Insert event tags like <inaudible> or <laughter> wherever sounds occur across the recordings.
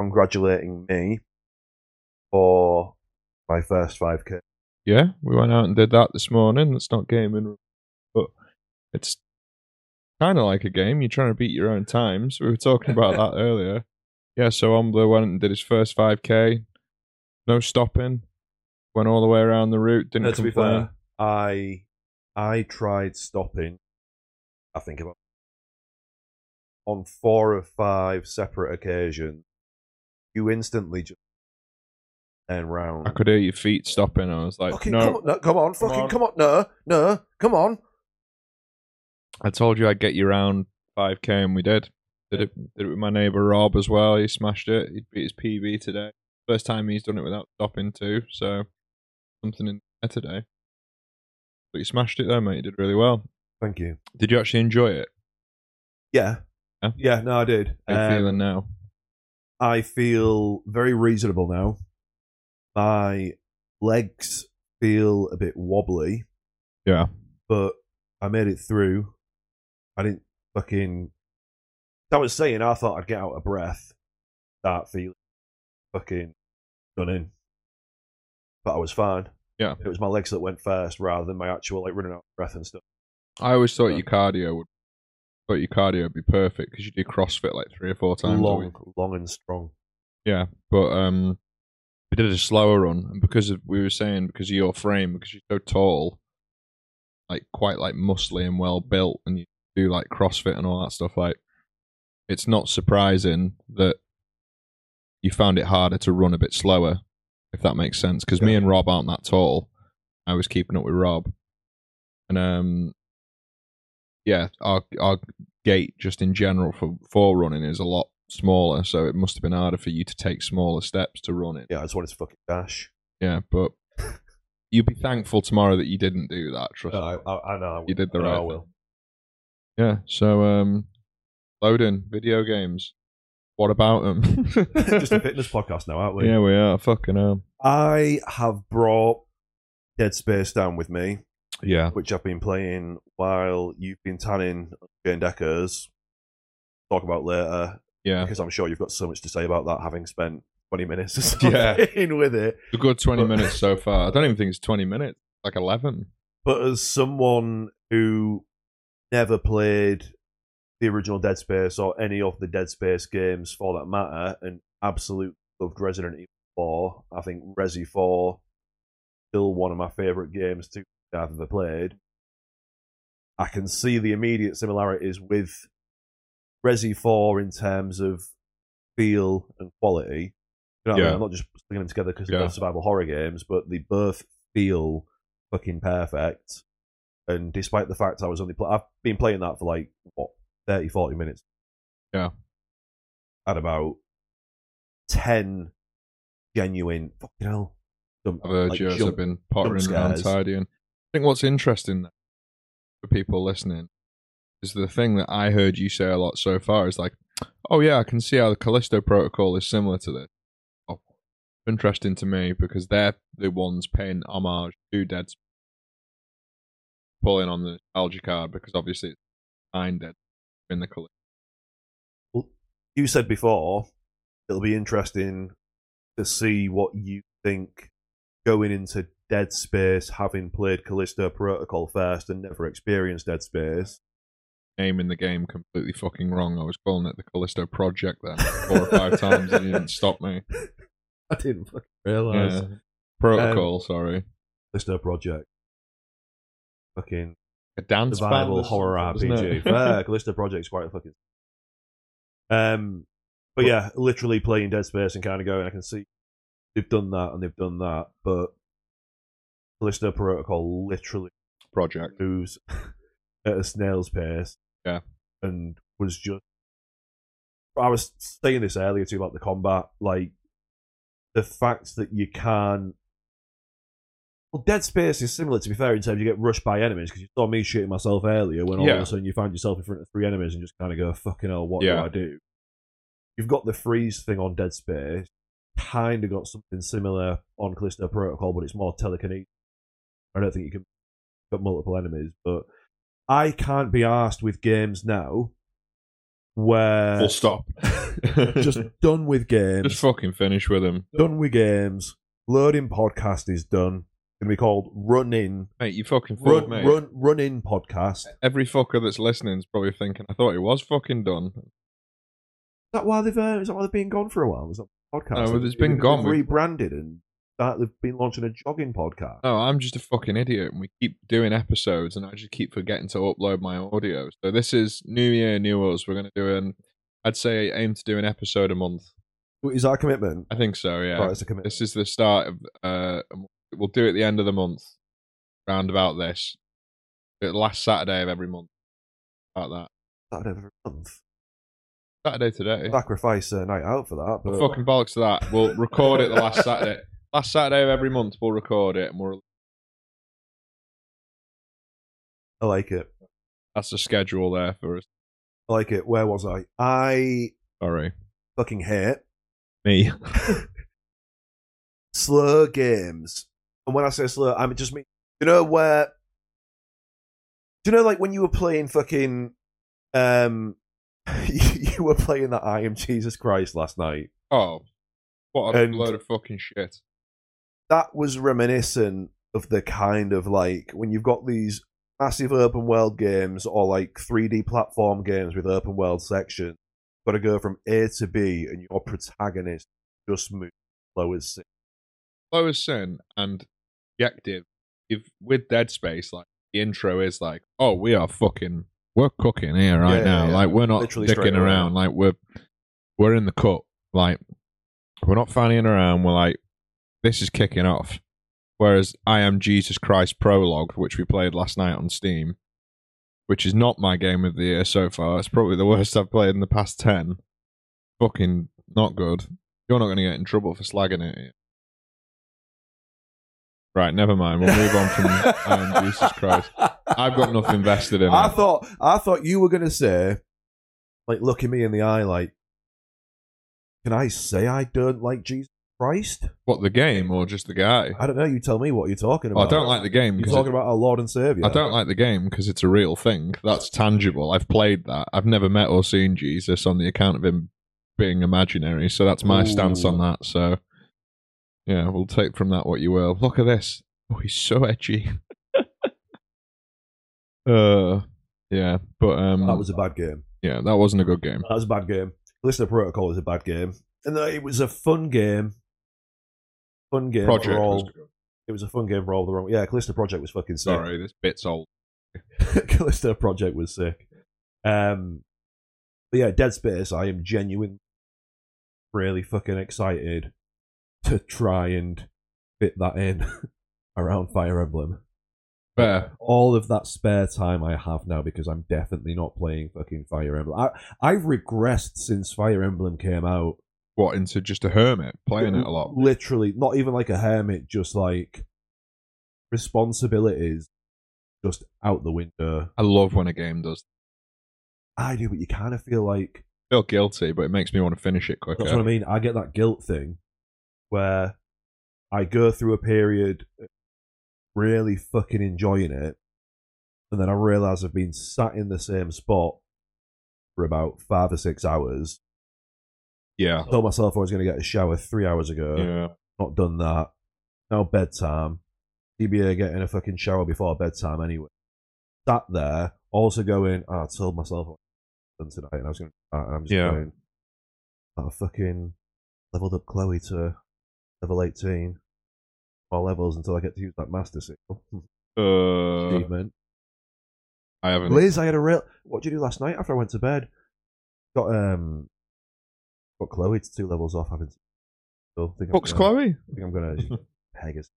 congratulating me for my first 5K. Yeah, we went out and did that this morning. That's not gaming, but it's kind of like a game. You're trying to beat your own times. We were <laughs> talking about that earlier. Yeah, so Ombler went and did his first 5K. No stopping. Went all the way around the route. Didn't No, to be complain. fair, I I tried stopping. I think about on four of five separate occasions. You instantly just turn round. I could hear your feet stopping. I was like, fucking no. come on, no, come on, Come fucking on. come on, no, no, come on. I told you I'd get you around 5k, and we did. Did it, did it with my neighbour Rob as well. He smashed it. He beat his PB today. First time he's done it without stopping too. So something in there today. But you smashed it though, mate. You did really well. Thank you. Did you actually enjoy it? Yeah. Yeah. Yeah, no, I did. How you Um, feeling now? I feel very reasonable now. My legs feel a bit wobbly. Yeah. but I made it through. I didn't fucking. I was saying I thought I'd get out of breath. That feeling, fucking done in. But I was fine. Yeah. it was my legs that went first rather than my actual like running out of breath and stuff. I always thought Yeah. your cardio would. Thought your cardio would be perfect because you do CrossFit like three or four times a week. long, long and strong. Yeah, but um, we did a slower run, and because of, we were saying because of your frame, because you're so tall, like quite like muscly and well built, and you do like CrossFit and all that stuff. Like, it's not surprising that you found it harder to run a bit slower, if that makes sense. Because me Yeah. and Rob aren't that tall. I was keeping up with Rob, and um, yeah, our our gait just in general for for running is a lot smaller, so it must have been harder for you to take smaller steps to run it. Yeah, I just wanted to fucking dash. Yeah, <laughs> but you'll be thankful tomorrow that you didn't do that. Trust No, me. Oh, I, I, I know. I will. You did the I know right I thing. will. Yeah. So, um, loading video games. What about <laughs> them? Just a <laughs> fitness podcast now, aren't we? yeah, we are. Fucking hell. I have brought Dead Space down with me. Yeah. which I've been playing while you've been tanning Jane Deckers. Talk about later Yeah. because I'm sure you've got so much to say about that, having spent 20 minutes or <laughs> Yeah. something with it. A good twenty But- minutes so far. I don't even think it's twenty minutes. Like eleven. But as someone who never played the original Dead Space or any of the Dead Space games for that matter, and absolutely loved Resident Evil 4, I think Resi 4 still one of my favourite games to I've ever played. I can see the immediate similarities with Resi 4 in terms of feel and quality. You know what I mean? Yeah. I'm not just putting them together because Yeah. they're both survival horror games, but they both feel fucking perfect. And despite the fact I was only pl- I've been playing that for like what 30, 40 minutes. Yeah. At about ten genuine fucking hell. jump- I've heard like, yours jump- have been pottering around scares. tidying. I think what's interesting though, for people listening is the thing that I heard you say a lot so far is like, oh yeah, I can see how the Callisto Protocol is similar to this. Oh, interesting to me because they're the ones paying homage to Dead Space, pulling on the nostalgia card because obviously it's behind Dead Space in the Callisto. you said before it'll be interesting to see what you think going into Dead Space, having played Callisto Protocol first and never experienced Dead Space. Naming the game completely fucking wrong. I was calling it the Callisto Project then four or five <laughs> times and you didn't stop me. I didn't fucking realise. Yeah. Um, Protocol, sorry. Callisto Project. Fucking A dance survival band or horror something, <laughs> isn't RPG. it? <laughs> Fair, Callisto Project's quite a fucking. Um, but yeah, literally playing Dead Space and kind of going, I can see they've done that and they've done that, but Callisto Protocol literally Project. moves <laughs> at a snail's pace. Yeah. and was just. I was saying this earlier too about the combat, like the fact that you can. Well, Dead Space is similar, to be fair, in terms you get rushed by enemies because you saw me shooting myself earlier when all of Yeah. a sudden you find yourself in front of three enemies and just kind of go, fucking hell, what Yeah. do I do? You've got the freeze thing on Dead Space, kind of got something similar on Callisto Protocol, but it's more telekinetic. I don't think you can put multiple enemies, but I can't be asked with games now where Full stop. Uh, <laughs> just done with games, <laughs> just fucking finish with him. done with games. Loading podcast is done. Gonna be called Running Mate, you fucking fooled Run me. Run Running Podcast. Is Every fucker that's listening is probably thinking, I thought it was fucking done. that why they've uh, is that why they've been gone for a while? Is that podcast? No, but it's They've- been they've gone. rebranded and that they've been launching a jogging podcast. No, "Oh, I'm just a fucking idiot, and we keep doing episodes, and I just keep forgetting to upload my audio. So this is New Year, New Us. We're gonna do an. I'd say aim to do an episode a month. Is that a commitment? I think so. Uh, Yeah. Right, it's a commitment. This is the start of. Uh, we'll do it at the end of the month, round about this, the last Saturday of every month. About that Saturday every month. Saturday today. Sacrifice a night out for that, but Fucking bollocks to that. We'll record it the last Saturday. Last Saturday of every month, we'll record it, and we'll. I like it. That's the schedule there for us. I like it. Where was I? I Sorry, fucking hate me. slow games. And when I say slow, I mean just mean you know where Do you know like when you were playing fucking um <laughs> you were playing that I am Jesus Christ last night. Oh, what a And- load of fucking shit! That was reminiscent of the kind of like when you've got these massive open world games or like 3D platform games with open world sections. Gotta go from A to B and your protagonist just moves slow as sin. Low as sin and objective. If with Dead Space, like the intro is like, oh, we are fucking, we're cooking here right Yeah, yeah, now. yeah. Like we're not Literally straight dicking away. around. Like we're we're in the cut. Like we're not fanning around. We're like, this is kicking off. Whereas I am Jesus Christ prologue, which we played last night on Steam, which is not my game of the year so far. It's probably the <laughs> worst I've played in the past ten. Fucking not good. You're not going to get in trouble for slagging it. are you? Right, never mind. We'll move on <laughs> from I am Jesus Christ. I've got enough invested in I it. thought I thought you were gonna say, like, looking me in the eye, like, can I say I don't like Jesus Christ? What the game or just the guy? I don't know. You tell me what you're talking Well, about. Oh, I don't like the game You're because talking about our Lord and Savior. I don't like the game because it's a real thing. That's tangible. I've played that. I've never met or seen Jesus on the account of him being imaginary. So that's my stance Ooh. on that. So yeah, we'll take from that what you will. Look at this. Oh, he's so edgy. <laughs> uh, yeah, but um, That was a bad game. yeah, that wasn't a good game. That was a bad game. Listener Protocol is a bad game, and uh, it was a fun game. Fun game Project for all. was good. It was a fun game for all the wrong. Yeah, Callisto Project was fucking sick. Sorry, this bit's old. <laughs> Callisto Project was sick. Um, but yeah, Dead Space. I am genuinely really fucking excited to try and fit that in <laughs> around Fire Emblem. Fair. All of that spare time I have now because I'm definitely not playing fucking Fire Emblem. I I've regressed since Fire Emblem came out. What into just a hermit playing it a lot? Literally, not even like a hermit, just like responsibilities just out the window. I love when a game does. I do, but you kind of feel like Feel guilty, but it makes me want to finish it quicker. That's what I mean. I get that guilt thing where I go through a period really fucking enjoying it, and then I realize I've been sat in the same spot for about five or six hours. Yeah. I told myself I was going to get a shower three hours ago. Yeah. Not done that. Now bedtime. DBA getting a fucking shower before bedtime anyway. Sat there, also going, "Oh, I told myself I was done tonight and I was going to do that, and I'm just Yeah. going, I fucking leveled up Chloe to level 18. More levels until I get to use that master seal <laughs> Uh, achievement. I haven't. Liz, I had a real. What did you do last night after I went to bed? Got um, got Chloe to two levels off having. So think I'm Books gonna- Chloe. I think I'm <laughs> gonna peg his.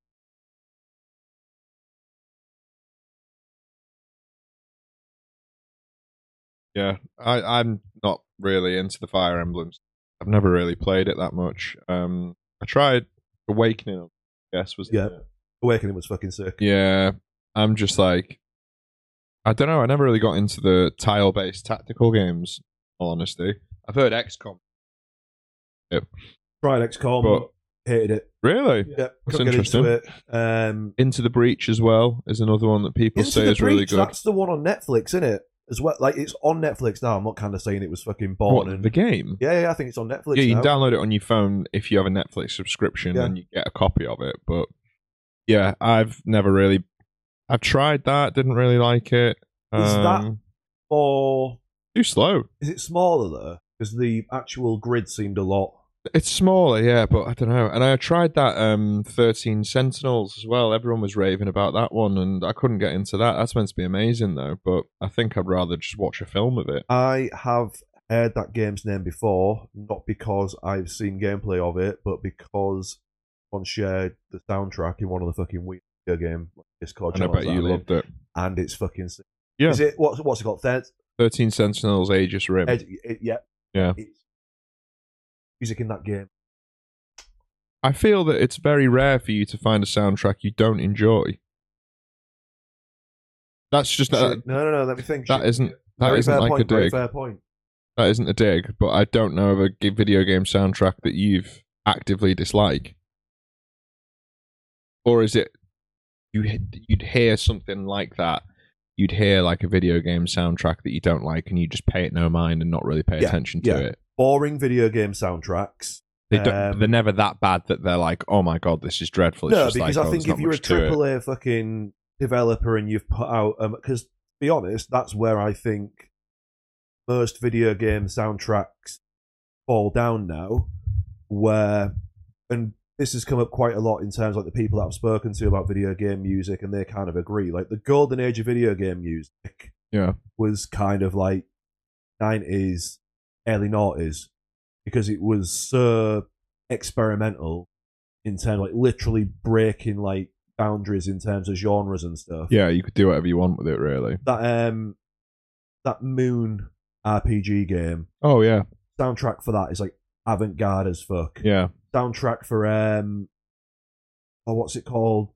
Yeah, I, I'm not really into the Fire Emblems. I've never really played it that much. Um, I tried Awakening. I guess was Yeah. Awakening was fucking sick. yeah. I'm just like, I don't know. I never really got into the tile-based tactical games. in All honesty, I've heard XCOM. Tried XCOM, But- hated it. Really, Yeah, That's couldn't get interesting. into it. Um, Into the Breach as well is another one that people Into say the is really Breach, good. That's the one on Netflix, isn't it? as well. Like it's on Netflix now. I'm not kind of saying it was fucking born What, and the game? yeah, yeah, I think it's on Netflix. Yeah, you now. can download it on your phone if you have a Netflix subscription Yeah. and you get a copy of it. But yeah, I've never really. I've tried that, didn't really like it. Is that- Um, Or too slow? is it smaller though? Because the actual grid seemed a lot. It's smaller, yeah, but I don't know. And I tried that um, 13 Sentinels as well. Everyone was raving about that one, and I couldn't get into that. That's meant to be amazing, though, but I think I'd rather just watch a film of it. I have heard that game's name before, not because I've seen gameplay of it, but because someone shared the soundtrack in one of the fucking weird video game Discord And I channels. bet that you I'm in, loved it. and it's fucking. sick. Yeah. Is it what's what's it called? Third, 13 Sentinels, Aegis Rim. Ed, it, yeah. Yeah. It's music in that game. I feel that it's very rare for you to find a soundtrack you don't enjoy. That's just that, Shit. no, no, no. Let me think. that Shit. isn't that Very isn't fair like point, a very dig. fair point. That isn't a dig, but I don't know of a g- video game soundtrack that you've actively dislike. Or is it you h- you'd hear something like that? You'd hear like a video game soundtrack that you don't like, and you just pay it no mind and not really pay Yeah, attention to yeah. it. Boring video game soundtracks. They don't, Um, they're never that bad that they're like, oh my god, this is dreadful. It's No, just because like, I oh, think there's if not you're a much to it. triple A fucking developer and you've put out, because to be honest, that's where I think most video game soundtracks fall down now. Where, and this has come up quite a lot in terms like the people that I've spoken to about video game music, and they kind of agree. Like the golden age of video game music, Yeah. was kind of like nineties, early noughties, because it was so experimental in terms like literally breaking like boundaries in terms of genres and stuff. Yeah, you could do whatever you want with it, really. That um that moon RPG game, Oh yeah, soundtrack for that is like avant garde as fuck. yeah. Soundtrack for um oh what's it called?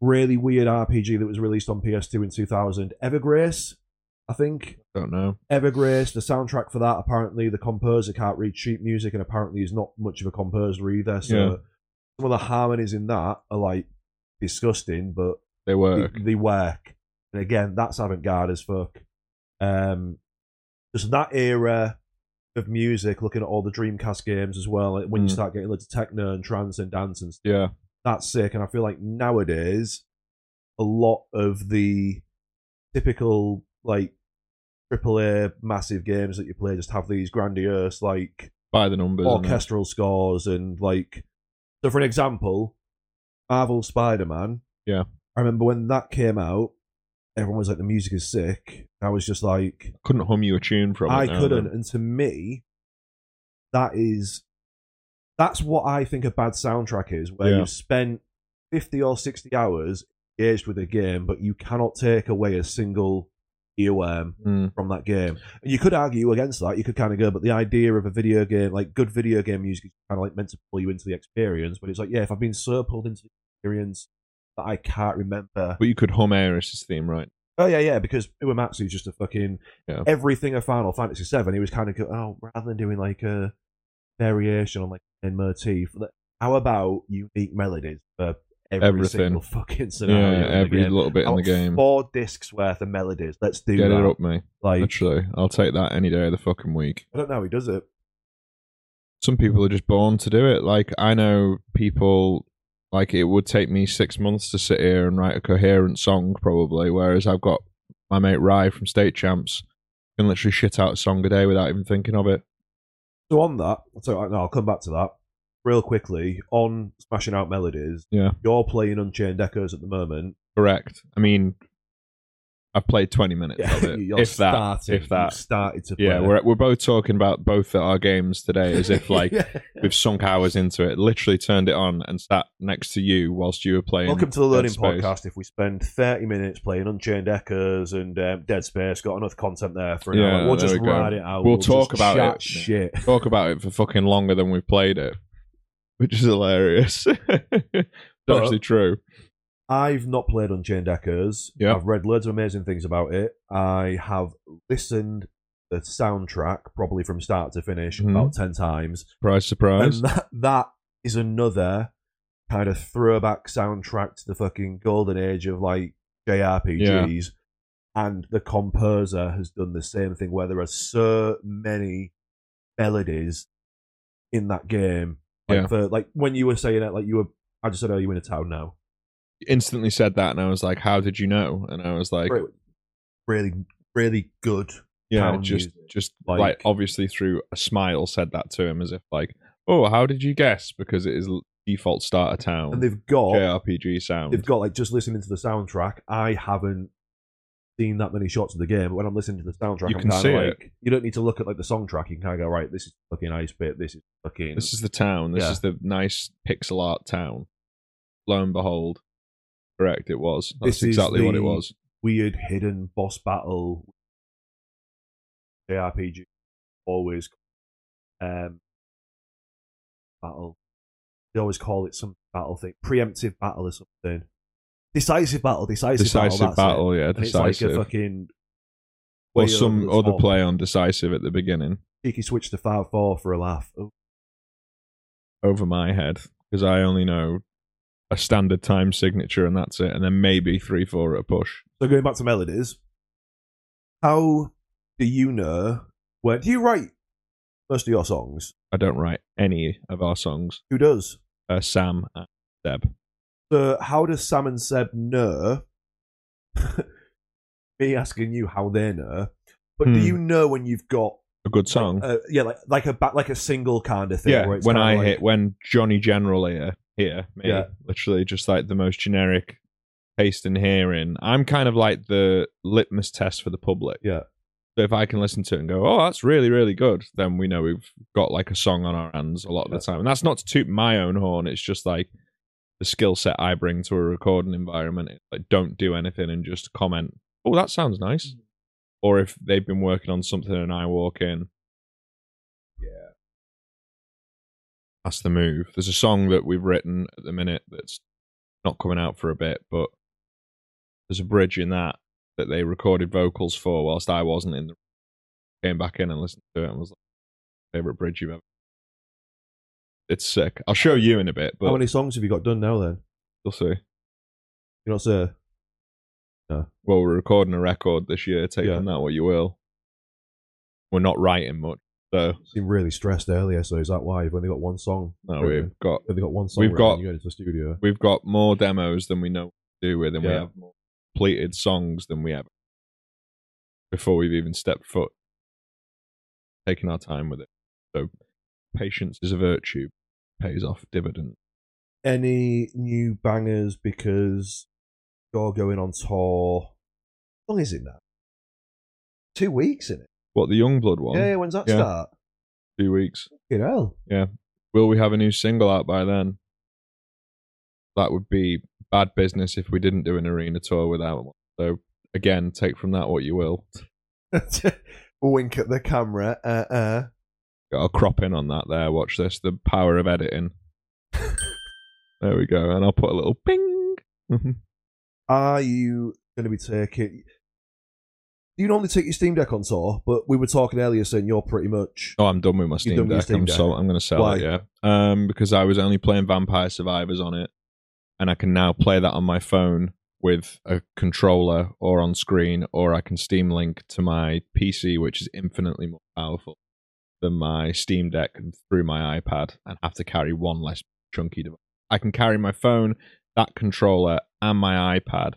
Really weird RPG that was released on PS2 in two thousand. Evergrace, I think. Don't know. Evergrace, the soundtrack for that, apparently the composer can't read sheet music and apparently he's not much of a composer either. So Yeah. some of the harmonies in that are like disgusting, but They they, work. they work. And again, that's avant garde as fuck. Um, just that era of music, looking at all the Dreamcast games as well, like when you Mm. start getting into techno and trance and dance and Yeah, that's sick. And I feel like nowadays, a lot of the typical like AAA massive games that you play just have these grandiose like by the numbers. and that. orchestral scores and like. So, for an example, Marvel Spider Man. Yeah. I remember when that came out, everyone was like, "The music is sick." I was just like, Couldn't hum you a tune from. it I now, couldn't. though. And to me, that is that's what I think a bad soundtrack is, where Yeah. you've spent fifty or sixty hours engaged with a game, but you cannot take away a single earworm Mm. from that game. And you could argue against that. You could kind of go, but the idea of a video game, like good video game music, is kind of like meant to pull you into the experience. But it's like, yeah, if I've been so pulled into the experience that I can't remember. But you could hum Aeris's theme, right? Oh yeah, yeah, because Uematsu is just a fucking Yeah. everything of Final Fantasy VII. He was kind of go, oh, rather than doing like a variation on like a motif, let- how about unique melodies for every Everything. single fucking yeah, scenario? in the every game? little bit in the About game. Four discs worth of melodies. Let's do Get that. it up, mate. Like Literally, I'll take that any day of the fucking week. I don't know, he does it. Some people are just born to do it. Like I know people. Like it would take me six months to sit here and write a coherent song, probably. Whereas I've got my mate Rye from State Champs can literally shit out a song a day without even thinking of it. So on that, so uh, no, I'll come back to that real quickly on smashing out melodies. Yeah. you're playing Unchained Echoes at the moment. Correct. I mean, I've played 20 minutes of Yeah, <laughs> it. you're if that. started, if that. you've started to play. Yeah, we're, we're both talking about both our games today <laughs> as if, like, Yeah. we've sunk hours into it, literally turned it on and sat next to you whilst you were playing. Welcome to the Learning Dead Space. Podcast. If we spend 30 minutes playing Unchained Echoes and um, Dead Space, got enough content there for an Yeah, hour. We'll there just we go. ride it out. We'll talk just about chat it. Shit. Talk about it for fucking longer than we've played it, which is hilarious. <laughs> it's But- actually true. I've not played Unchained Echoes. Yeah. I've read loads of amazing things about it. I have listened to the soundtrack probably from start to finish Mhm. about 10 times. Surprise, surprise. And that, that is another kind of throwback soundtrack to the fucking golden age of like JRPGs. and the composer has done the same thing where there are so many melodies in that game. Like, Yeah. for, like when you were saying it, like you were, I just said, "Oh, you in a town now." Instantly said that, and I was like, "How did you know?" And I was like, Great. Really, really good. "Yeah, town just music, just like- like, obviously through a smile said that to him as if like, oh, how did you guess? Because it is l- default starter town And they've got JRPG sound. they've got like just listening to the soundtrack. I haven't seen that many shots of the game, but when I'm listening to the soundtrack, You I'm can kind see of it. like, you don't need to look at like the song track. You can kind of go, right, this is fucking ice bit. This is fucking This is the town. This Yeah. is the nice pixel art town. Lo and behold, correct. It was. That's This is exactly what it the- was. weird hidden boss battle. JRPG always um battle. They always call it some battle thing, preemptive battle or something. Decisive battle, decisive, battle. Decisive that's it. battle, yeah, And it's like decisive. a fucking or way some over the other top. play on decisive at the beginning cheeky switch to five four for a laugh. Oh, over my head because I only know a standard time signature and that's it, and then maybe three four at a push. So going back to melodies, how do you know where do you write most of your songs? I don't write any of our songs. Who does? Uh, Sam and Deb. So how does Sam and Seb know? <laughs> Me asking you how they know, but do Hmm. you know when you've got A good song. uh, yeah like like a ba- like a single kind of thing? yeah, where it's when kinda I like- hit when Johnny General here, here, me, Yeah. literally just like the most generic taste in hearing. I'm kind of like the litmus test for the public. Yeah. So if I can listen to it and go, oh, that's really, really good, then we know we've got like a song on our hands a lot of Yeah. the time. And that's not to toot my own horn. It's just like the skill set I bring to a recording environment. It's like don't do anything and just comment. Oh, that sounds nice. Mm. Or if they've been working on something and I walk in, that's the move. There's a song that we've written at the minute that's not coming out for a bit, but there's a bridge in that that they recorded vocals for whilst I wasn't in the came back in and listened to it and was like favorite bridge you've ever it's sick. I'll show you in a bit, but how many songs have you got done now? Then you'll see. you know, sir. Well, we're recording a record this year, taking Yeah. that what you will. We're not writing much, so Seemed really stressed earlier, so is that why you've only got one song? no, written? we've got You've only got one song. We've written got- when You go into the studio. we've got more demos than we know what to do with, and we Yeah. have more completed songs than we ever before we've even stepped foot. Taking our time with it, so patience is a virtue, pays off dividend. any new bangers because you're going on tour. How long is it now? Two weeks in it. What the young blood one? Yeah, when's that Yeah. start? Two weeks. You know, <laughs> Will we have a new single out by then? That would be bad business if we didn't do an arena tour without one. So again, take from that what you will. wink at the camera. Uh, uh. I'll crop in on that there. Watch this. The power of editing. there we go. And I'll put a little ping. <laughs> Are you going to be taking? You normally take your Steam Deck on tour, but we were talking earlier saying you're pretty much. oh, I'm done with my Steam done with your Deck. Steam I'm, Deck? So, I'm going to sell Why? it, yeah. Um, because I was only playing Vampire Survivors on it. And I can now play that on my phone with a controller or on screen, or I can Steam Link to my PC, which is infinitely more powerful than my Steam Deck and through my iPad and have to carry one less chunky device. I can carry my phone, that controller, and my iPad,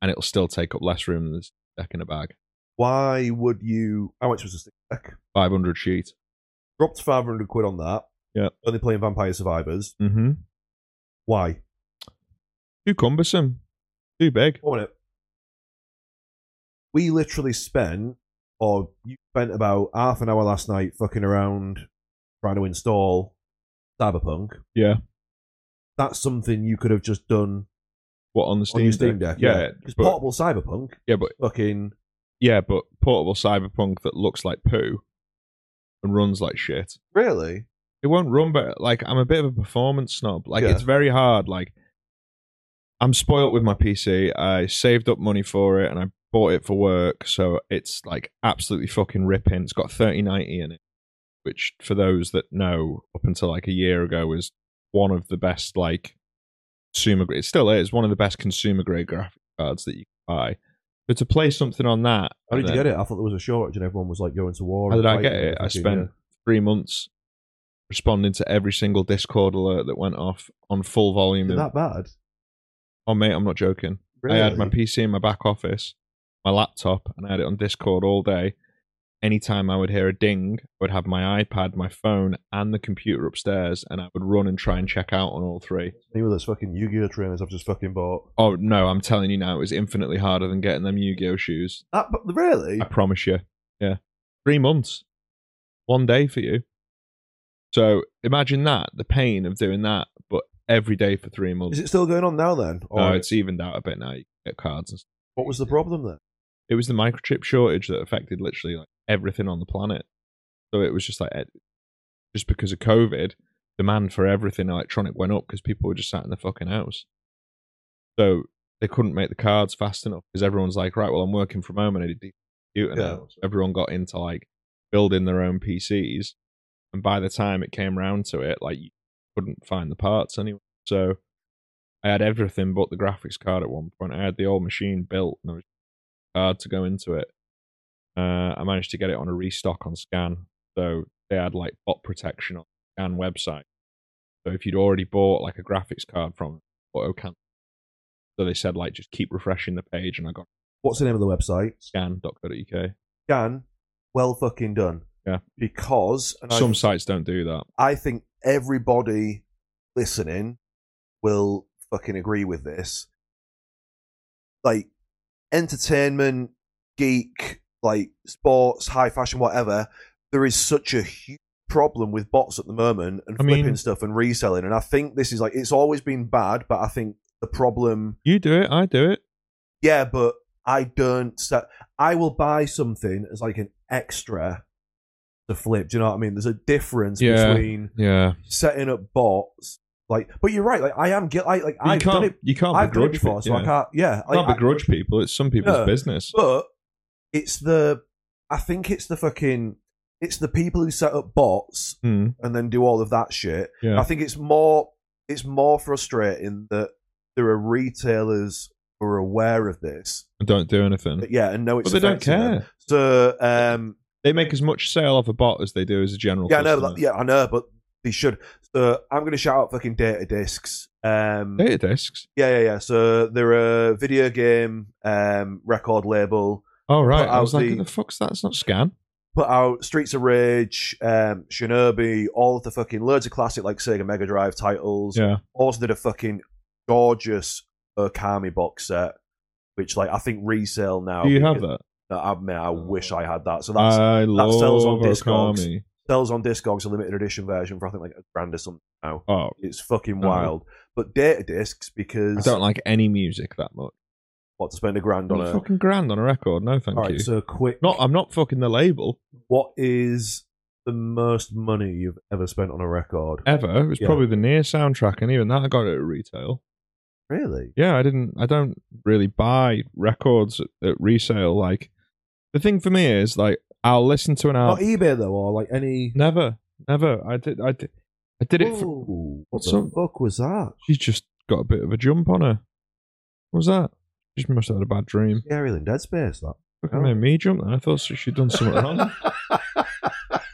and it'll still take up less room than the Steam Deck in a bag. Why would you? How much was the Steam Deck? 500 sheet. Dropped five hundred quid on that. Yeah. Only playing Vampire Survivors. Mm-hmm. Why? Too cumbersome. Too big. One minute. We literally spent, or you spent about half an hour last night fucking around trying to install Cyberpunk. Yeah. That's something you could have just done What on the Steam, on your Steam Deck. Yeah. Because but, portable Cyberpunk, yeah, but fucking. yeah, but portable cyberpunk that looks like poo and runs like shit. Really? It won't run but like I'm a bit of a performance snob. Like Yeah. it's very hard. Like I'm spoilt with my PC. I saved up money for it and I bought it for work, so it's like absolutely fucking ripping. It's got 3090 in it, which for those that know, up until like a year ago, was one of the best like consumer grade. It still is one of the best consumer grade graphic cards that you can buy. But to play something on that, How did and you then- get it? I thought there was a shortage and everyone was like going to war. How and did I fighting get and it? I everything, spent three months responding to every single Discord alert that went off on full yeah. volume. Is it that bad. Oh, mate, I'm not joking. I had my Really? PC in my back office, my laptop, and I had it on Discord all day. Anytime I would hear a ding, I would have my iPad, my phone, and the computer upstairs, and I would run and try and check out on all three. Any of those fucking Yu-Gi-Oh trainers I've just fucking bought. Oh no, I'm telling you now, it was infinitely harder than getting them Yu-Gi-Oh shoes. That, but really, I promise you. Yeah. Three months. One day for you. So imagine that, the pain of doing that, but every day for three months. is it still going on now then? no, it's evened out a bit now. You can get cards and stuff. what was the problem then? It was the microchip shortage that affected literally like everything on the planet. So it was just like it- just because of COVID, demand for everything electronic went up because people were just sat in the fucking house. So they couldn't make the cards fast enough because everyone's like, right, well, I'm working from home and I did the computer Yeah. now. So everyone got into like building their own PCs. And by the time it came round to it, like you couldn't find the parts anyway. So I had everything but the graphics card at one point. I had the old machine built and there was a card to go into it. Uh, I managed to get it on a restock on Scan. So they had like bot protection on Scan website. So if you'd already bought like a graphics card from auto cancel. So they said like just keep refreshing the page and I got What's the name of the website? scan.co.uk. Scan. Well fucking done. Yeah. Because and Some I, sites don't do that. I think everybody listening will fucking agree with this. Like entertainment, geek, like sports, high fashion, whatever. There is such a huge problem with bots at the moment and I mean- flipping stuff and reselling. And I think this is like it's always been bad, but I think the problem You do it, I do it. yeah, but I don't. Set, I will buy something as like an extra to flip. Do you know what I mean? There's a difference Yeah. between Yeah. setting up bots. Like, but you're right. Like, I am guilty. Like, like you I've can't done it. you can't I've done it begrudge before, people. so I yeah. can't. Yeah, You can't like, I- begrudge people. It's some people's Yeah. business. but it's the. I think it's the fucking. It's the people who set up bots Hmm. and then do all of that shit. Yeah. I think it's more. It's more frustrating that there are retailers who are aware of this. Don't do anything. But yeah, and know it's. But they don't affecting them. care. So um, They make as much sale off a bot as they do as a general. yeah, I know, customer. like, yeah, I know, but they should. So I'm going to shout out fucking data discs. Um, yeah, Data discs. yeah, yeah. So they're a video game um, record label. Oh right. Put I was out like, the- "Who the fuck's that? It's not scan. Put out Streets of Rage, um, Shinobi, all of the fucking loads of classic like Sega Mega Drive titles. Yeah. Also did a fucking gorgeous Okami box set, which like I think resale now. Do you have because- that? No, Oh. Uh, I mean, I wish I had that. So that's I that love sells on Discogs. Okami. sells on Discogs a limited edition version for I think like a grand or something now. Oh, It's fucking No. wild. But data discs I because don't like any music that much. what to spend a grand on Not a a. fucking grand on a record. No, thank All right, you. so quick. not I'm not fucking the label What is the most money you've ever spent on a record? ever. It was Yeah. probably the near soundtrack, and even that I got it at retail. Really? Yeah, I didn't. I don't really buy records at, at resale. Like the thing for me is like I'll listen to an Not e- album. eBay though, or like any. never, never. I did. I did. I did it. For, Whoa, what the some- fuck was that? she's just got a bit of a jump on her. What was that? She must have had a bad dream. Scary than Dead Space. That. Fucking Oh. made me jump. Then I thought she'd done something wrong.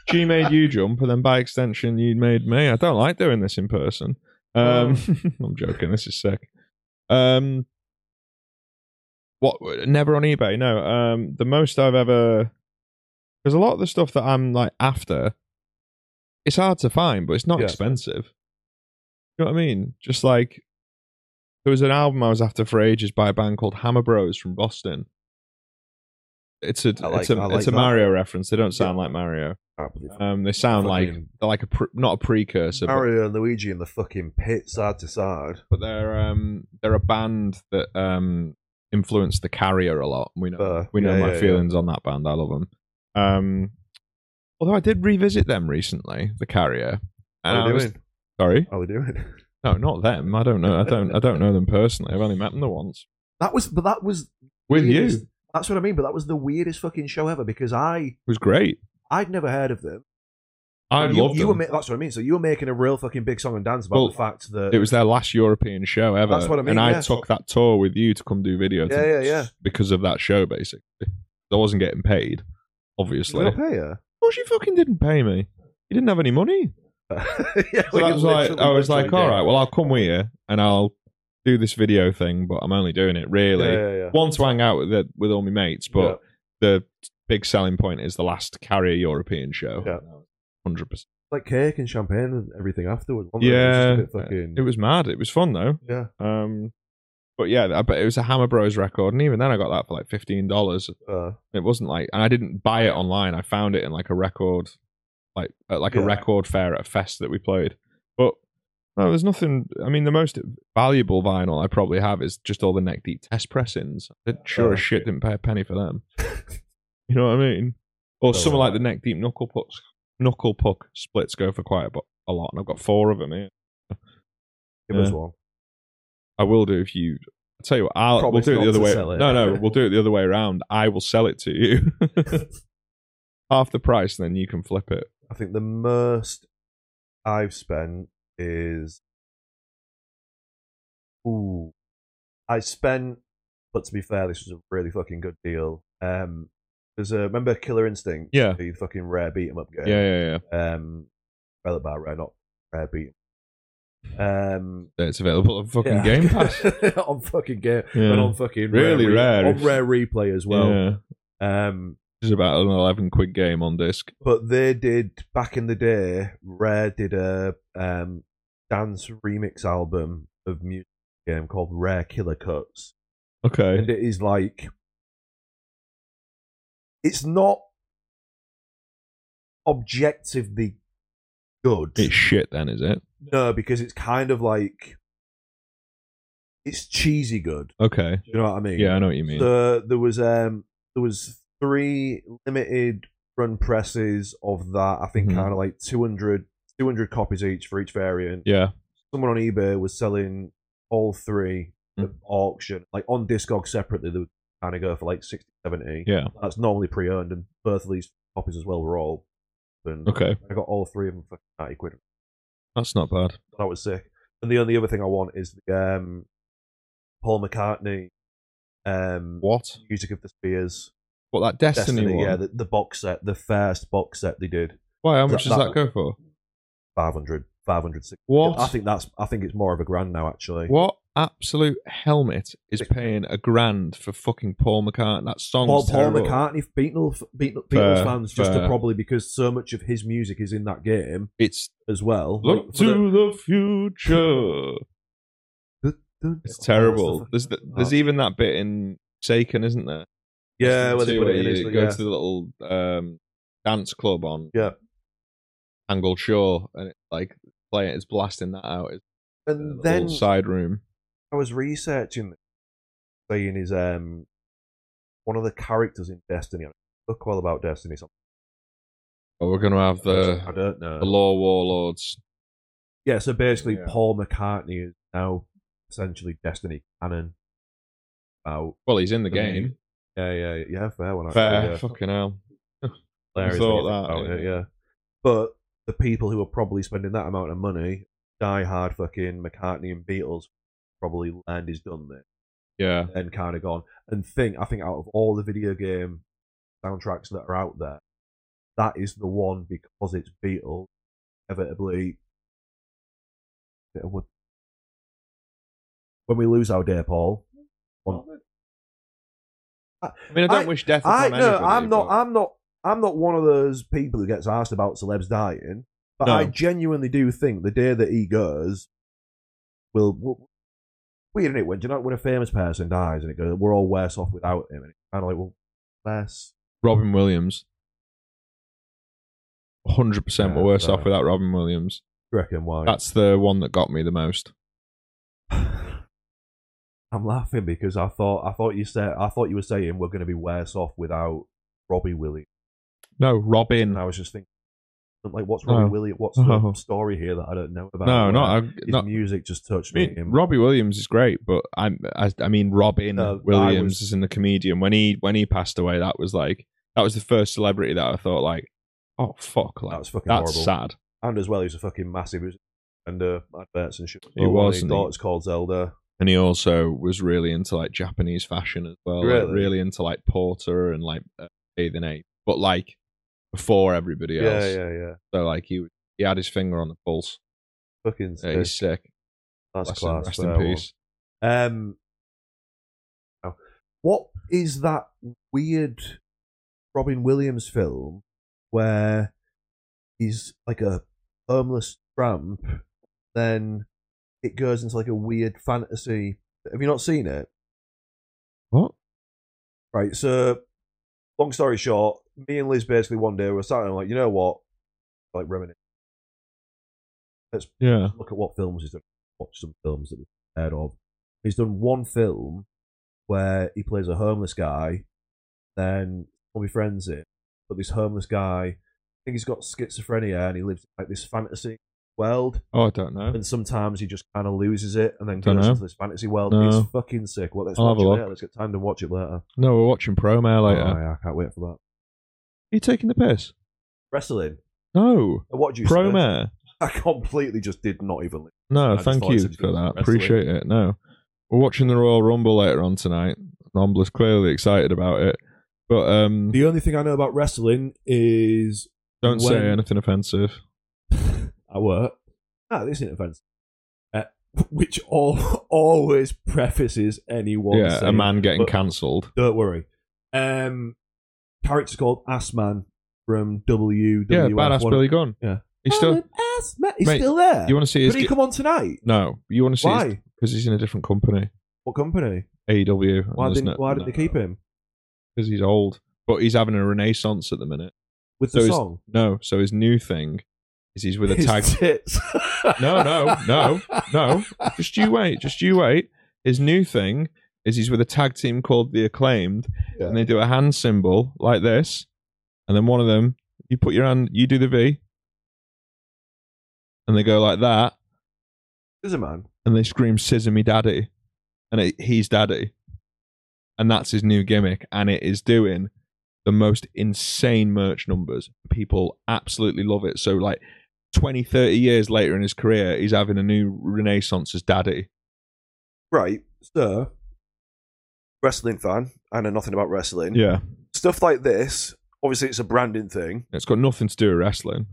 she made you jump, and then by extension, you made me. I don't like doing this in person. Um, <laughs> I'm joking. This is sick. Um, what? Never on eBay. No. Um, the most I've ever because a lot of the stuff that I'm like after, it's hard to find, but it's not Yeah. expensive. You know what I mean? Just like there was an album I was after for ages by a band called Hammer Bros from Boston. It's a I like- it's a I like it's a that. Mario reference. They don't sound like Mario. Can't believe it. Um, they sound like Fucking- they're like a pr- not a precursor, but Mario and Luigi in the fucking pit, side to side. but they're um they're a band that um influenced the Carrier a lot. We know Uh, we know yeah, my yeah, yeah. feelings on that band. I love them. Um, although I did revisit them recently, the Carrier. How are I Oh, we was- doing? sorry, How are we doing? <laughs> no, not them. I don't know. I don't. I don't know them personally. I've only met them the once That was, but that was with you. weirdest- It That's what I mean. But that was the weirdest fucking show ever because I was great. I'd never heard of them. I you, love you them. were ma- that's what I mean. So you were making a real fucking big song and dance about Well, the fact that it was their last European show ever. That's what I mean, And I yeah. took that tour with you to come do video. Yeah, things yeah, yeah. Because of that show, basically. I wasn't getting paid, Did obviously. I pay her? <laughs> Well, she fucking didn't pay me. You didn't have any money. yeah, So we that was like, literally- I was like, literally all did. right, well, I'll come with you and I'll do this video thing, but I'm only doing it really. Yeah, yeah, yeah. Want to hang out with the, with all my mates, but Yeah. the big selling point is the last carrier European show. Yeah. Hundred percent. like cake and champagne and everything afterwards. wasn't it? Yeah, It was just a bit fucking- it was mad. It was fun though. yeah. Um, but yeah, I bet it was a Hammer Bros record, and even then I got that for like fifteen dollars. Uh, It wasn't like, and I didn't buy it online. I found it in like a record, like at like a Yeah. record fair at a fest that we played. But no, there's nothing. I mean, the most valuable vinyl I probably have is just all the neck deep test pressings. I sure Oh. as shit didn't pay a penny <laughs> for them. you know what I mean? Or Oh, some of wow. like the neck deep knuckle pucks, knuckle puck splits go for quite a, bo- a lot, and I've got four of them here. give us Yeah. one. I will do if you. I tell you what, I'll Promise we'll do it not the other to way. sell it. No, no, we'll do it the other way around. I will sell it <laughs> to you, <laughs> half the price, and then you can flip it. I think the most I've spent is. Ooh. I spent, but to be fair, this was a really fucking good deal. Um, there's a remember Killer Instinct, Yeah. the fucking rare beat 'em up game. Yeah, yeah, yeah. Um, developed by Rare, not Rare beat. 'em. Um, It's available on <laughs> fucking Game Pass. on fucking game Yeah. and on fucking Really rare, rare. on rare replay as well. yeah, Um, it's about an eleven quid game on disc. but they did back in the day. Rare did a um, dance remix album of music game called Rare Killer Cuts, Okay, and it is like it's not objectively good. it's shit then, is it? no, because it's kind of like it's cheesy good. Okay, Do you know what I mean? yeah, I know what you mean. The, there was um there was three limited run presses of that. I think Mhm. kind of like 200, 200 copies each for each variant. yeah, Someone on eBay was selling all three Mm. at auction, like on Discog separately. They would kind of go for like 60, 70. yeah, That's normally pre-owned, and both of these copies as well were all. And okay, I got all three of them for ninety quid. that's not bad. That was sick. And the only other thing I want is the um, Paul McCartney um, What? Music of the Spears What that Destiny, Destiny, one? yeah, the, the box set, the first box set they did, Why? How much that- does that- that go for? 500, 560. What? I think that's, I think it's more of a grand now, actually. What absolute helmet is paying a grand for fucking Paul McCartney? That song. Paul, Paul McCartney, Beatles, Beatles, Beatles Fair, fans, just to fair. probably because so much of his music is in that game It's as well. look Like, for to the- the future. <laughs> It's terrible. Oh, that's There's the- th there's even that bit in Shaken, isn't there? yeah, where they Two put it in. you it's like, go yeah. to the little um, dance club on Yeah. Angled Shore, and it's like playing, it's blasting that out. It's a and little then side room. I was researching, saying is um, one of the characters in Destiny. I don't know all about Destiny. So Oh, we're gonna have I the don't know. the law warlords. Yeah, so basically, Yeah. Paul McCartney is now essentially Destiny canon. Out. Well, he's in the The game. main- Yeah, yeah, yeah. Fair one. actually, Fair, <laughs> Yeah. fucking hell. Hilarious when you think thought that, about it, yeah. yeah. But the people who are probably spending that amount of money, die hard fucking McCartney and Beatles, probably learned he's done this Yeah, and kind of gone and think. I think out of all the video game soundtracks that are out there, that is the one because it's Beatles. Inevitably, bit of wood. when we lose our day, Paul. I mean, I don't I- wish death. I upon no, anybody, I'm not. but- I'm not. I'm not one of those people who gets asked about celebs dying. But No. I genuinely do think the day that he goes, will will- weird in it when do you know when a famous person dies and it goes, we're all worse off without him, and it's kind of like well, less. Robin Williams. 100% Yeah, we're worse fair. off without Robin Williams. do you Reckon why? That's the one that got me the most. I'm laughing because I thought I thought you said I thought you were saying we're going to be worse off without Robbie Williams, No, Robin. and I was just thinking. Like what's Robbie No. Williams? <laughs> What's No. the story here that I don't know about? Oh. No, Where not, I, his not music just touched I me. mean, in- Robbie Williams is great, but I'm, I, I mean Robin No, I Williams was- is in the comedian. When he when he passed away, that was like that was the first celebrity that I thought like, Oh fuck! Like, That was fucking that's horrible. sad. And as well, he was a fucking massive and uh, adverts and shit. He was, His and he- daughter's called Zelda. And he also was really into like Japanese fashion as well. like, Really? really into like porter and like uh, bathing ape, but like before everybody Yeah, else. yeah, yeah. So like he was- he had his finger on the pulse. Fucking Yeah, sick. he's sick. that's Bless him. class. Rest in there, one. peace. Um, oh. what is that weird Robin Williams film where he's like a homeless tramp, then it goes into like a weird fantasy? Have you not seen it? What? Right. So, long story short, me and Liz basically one day we were sat and I'm like, you know what? Like reminisce, Yeah. look at what films he's done. Watch some films that we've heard of. He's done one film where he plays a homeless guy, then one of his friends it, but this homeless guy, I think he's got schizophrenia and he lives in like this fantasy world, Oh, I don't know. and sometimes he just kind of loses it and then Dunno. goes into this fantasy world. No. It's fucking sick. Well, let's I'll have watch it a look. later. Let's get time to watch it later. No, we're watching Pro Mail later. Oh, Are yeah, I can't wait for that. you taking the piss? Wrestling. No. What do you Pro say? Mail. <laughs> I completely just did not even. listen. No, I just thank thought it you said for that. wrestling. Appreciate it. No, we're watching the Royal Rumble later on tonight. Nombla's clearly excited about it, but um, The only thing I know about wrestling is don't say when- anything offensive. I work. Ah, this isn't offensive. Uh, <laughs> which all, <laughs> always prefaces anyone. yeah, a saying, man getting but cancelled. Don't worry. Um, character called Ass Man from WWF. Yeah, badass one- Billy Gunn. Yeah. he's still. I'm an Ass Man. He's Mate, still there. You want to see Could his? he gi- come on tonight? no, you want to see Why? because he's in a different company. E What company? AEW. and Why there's didn't no- Why didn't they keep him Because he's old, but he's having a renaissance at the minute. with So the he's- song? No, so his new thing is he's <laughs> with a His tag. tits. No, no, no, no. Just you wait. Just you wait. His new thing is he's with a tag team called the Acclaimed, Yeah. and they do a hand symbol like this, and then one of them you put your hand, you do the V, and they go like that, There's a man. and they scream "Scissor me, daddy," and it, he's daddy, and that's his new gimmick, and it is doing the most insane merch numbers. People absolutely love it. So like 20, 30 years later in his career, he's having a new renaissance as daddy. Right, so wrestling fan. I know nothing about wrestling. Yeah, Stuff like this, obviously, it's a branding thing. it's got nothing to do with wrestling.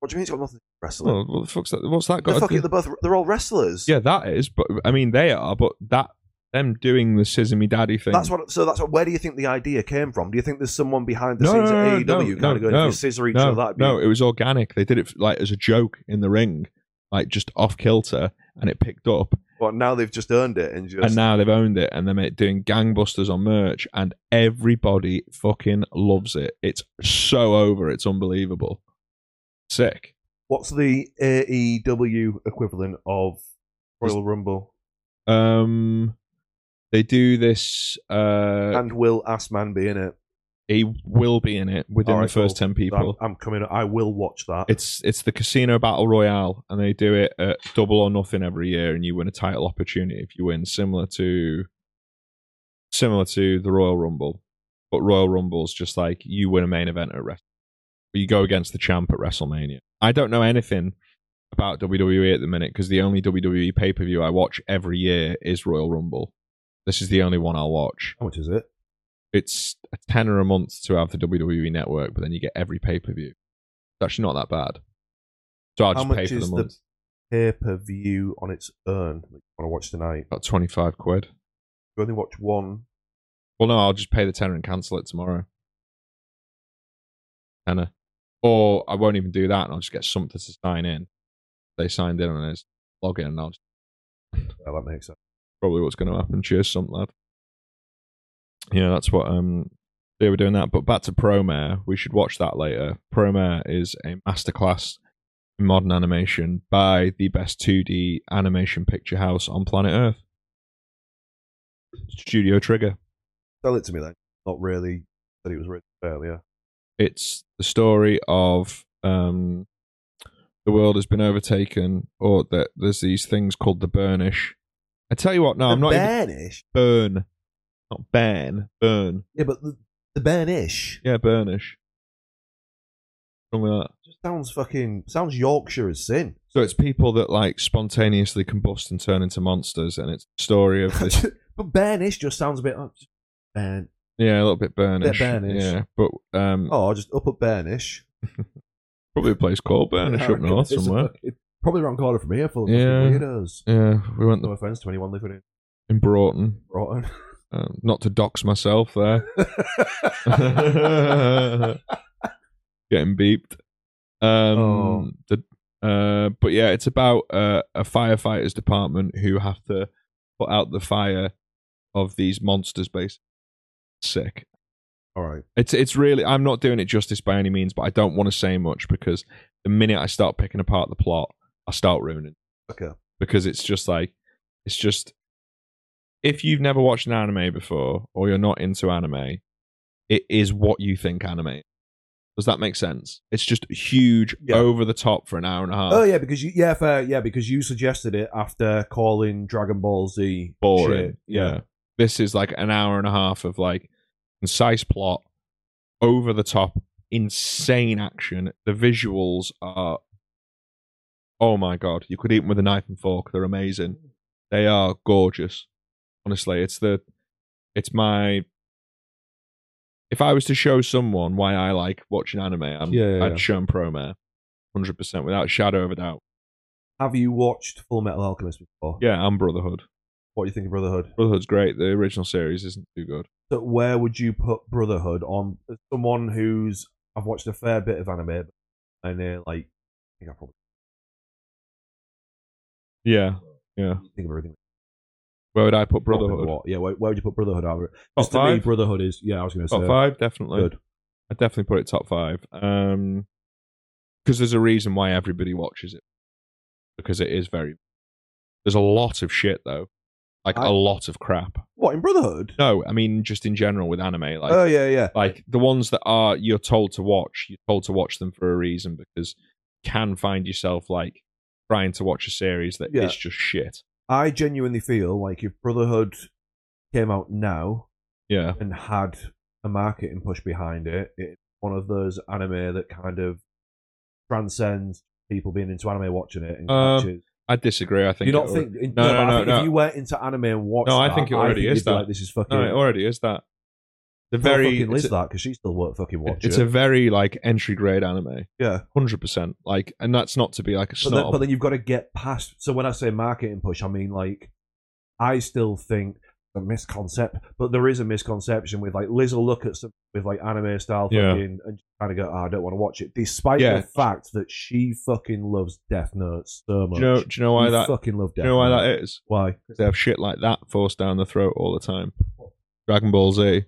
What do you mean it's got nothing to do with wrestling? Oh, what the fuck's that? What's that got? they're, to fucking, do- they're both they're all wrestlers. Yeah, that is. But I mean, they are. But that them doing the scissor me daddy thing. That's what. So that's what. Where do you think the idea came from? Do you think there's someone behind the No, scenes no, no, at AEW no, kind no, of going, no, if you scissor each no, other, that'd be no, it was organic. They did it like as a joke in the ring, like just off kilter, and it picked up. But now they've just earned it and just. and now they've owned it and they're ma- doing gangbusters on merch and everybody fucking loves it it's so over it's unbelievable sick what's the AEW equivalent of Royal Rumble? um they do this uh and will Assman be in it? he will be in it within Alright, the first cool. 10 I'm, people I'm coming. I will watch that. it's it's the casino battle royale and they do it at double or nothing every year and you win a title opportunity if you win similar to similar to the royal rumble but royal rumble's just like you win a main event at wrestlemania you go against the champ at wrestlemania i don't know anything about wwe at the minute because the only wwe pay-per-view i watch every year is royal rumble this is the only one i'll watch how much is it? it's a tenner a month to have the WWE network, but then you get every pay per view. It's actually not that bad. So I'll How just much pay for the is the- month. Pay per view on its own. That you want to watch tonight? About 25 quid. You only watch one. Well, no, I'll just pay the tenner and cancel it tomorrow. Tenner. Or I won't even do that and I'll just get something to sign in. They signed in on his login and I'll just, Yeah, that makes sense. probably what's going to happen. Cheers, something lad. Yeah, that's what um they were doing that. But back to Promare, we should watch that later. Promare is a masterclass in modern animation by the best 2D animation picture house on planet Earth, Studio Trigger. Sell it to me then. Not really. That it was written earlier. it's the story of um, the world has been overtaken, or that there's these things called the burnish. I tell you what, no, the I'm not even Burnish. burn, not ban, burn. Yeah, but the, the Burnish. Yeah, burnish. Something like that. Just sounds fucking sounds Yorkshire as sin. <laughs> So it's people that like spontaneously combust and turn into monsters, and it's the story <laughs> of this. but Burnish just sounds a bit like Burn. yeah, a little bit burnish. burnish. Yeah, but um, Oh, just up at Burnish. probably a place <laughs> called Burnish Oh, up north It's a somewhere. fucking- probably around corner from here, full of fucking Yeah. weirdos. Yeah, we went No offense to anyone living in in Broughton. Broughton. Um, not to dox myself there. Getting beeped. Um, Oh. the, uh, but yeah, it's about uh, a firefighter's department who have to put out the fire of these monsters. Basically, sick. <laughs> All right. It's it's really. I'm not doing it justice by any means, but I don't want to say much because the minute I start picking apart the plot, I start ruining Okay. because it's just like it's just if you've never watched an anime before or you're not into anime, it is what you think anime. is. Does that make sense? It's just huge, Yeah. over the top for an hour and a half. Oh yeah, because you yeah fair yeah because you suggested it after calling Dragon Ball Z Boring. shit. Yeah. This is like an hour and a half of like concise plot, over the top, insane action. The visuals are oh my god, you could eat them with a knife and fork. They're amazing. They are gorgeous. Honestly, it's the it's my if I was to show someone why I like watching anime, I'm, Yeah, yeah, yeah. I'd show 'em Promare, hundred percent, without a shadow of a doubt. Have you watched Full Metal Alchemist before? Yeah, and Brotherhood. What do you think of Brotherhood? Brotherhood's great. The original series isn't too good. So where would you put Brotherhood on as someone who's I've watched a fair bit of anime and uh, like I think I probably Yeah, yeah. think of everything. Where would I put Brotherhood? What? Yeah, where, where would you put Brotherhood? Albert? Top Just to me, five? Brotherhood is yeah. I was going to top say five, definitely. good. I definitely put it top five. Um, because there's a reason why everybody watches it. Because it is very. There's a lot of shit though, like a I- lot of crap. What in Brotherhood? No, I mean just in general with anime, like oh yeah, yeah. like the ones that are you're told to watch. You're told to watch them for a reason because you can find yourself like trying to watch a series that is Yeah. just shit. I genuinely feel like if Brotherhood came out now Yeah, and had a marketing push behind it, it's one of those anime that kind of transcends people being into anime watching it and Um, catches. I disagree. I think You it don't already- think? No, but no, I no, think no. If you went into anime and watched, No, I that, think it already you'd is be that. like this is fucking. no, it already is that. The tell very fucking Liz it's a- that because she still won't fucking watch it's it. a very like entry grade anime, yeah, hundred percent. Like, and that's not to be like a but then, snob. but then you've got to get past. So when I say marketing push, I mean like I still think a misconcept, but there is a misconception with like Liz will look at some with like anime style Yeah. fucking and just kind of go, "Oh, I don't want to watch it, despite Yeah. the fact that she fucking loves Death Note so much. do you know? Do you know why You that? Do fucking love Death you know why Note. that is? Why? Because they have shit like that forced down the throat all the time. Dragon Ball Z.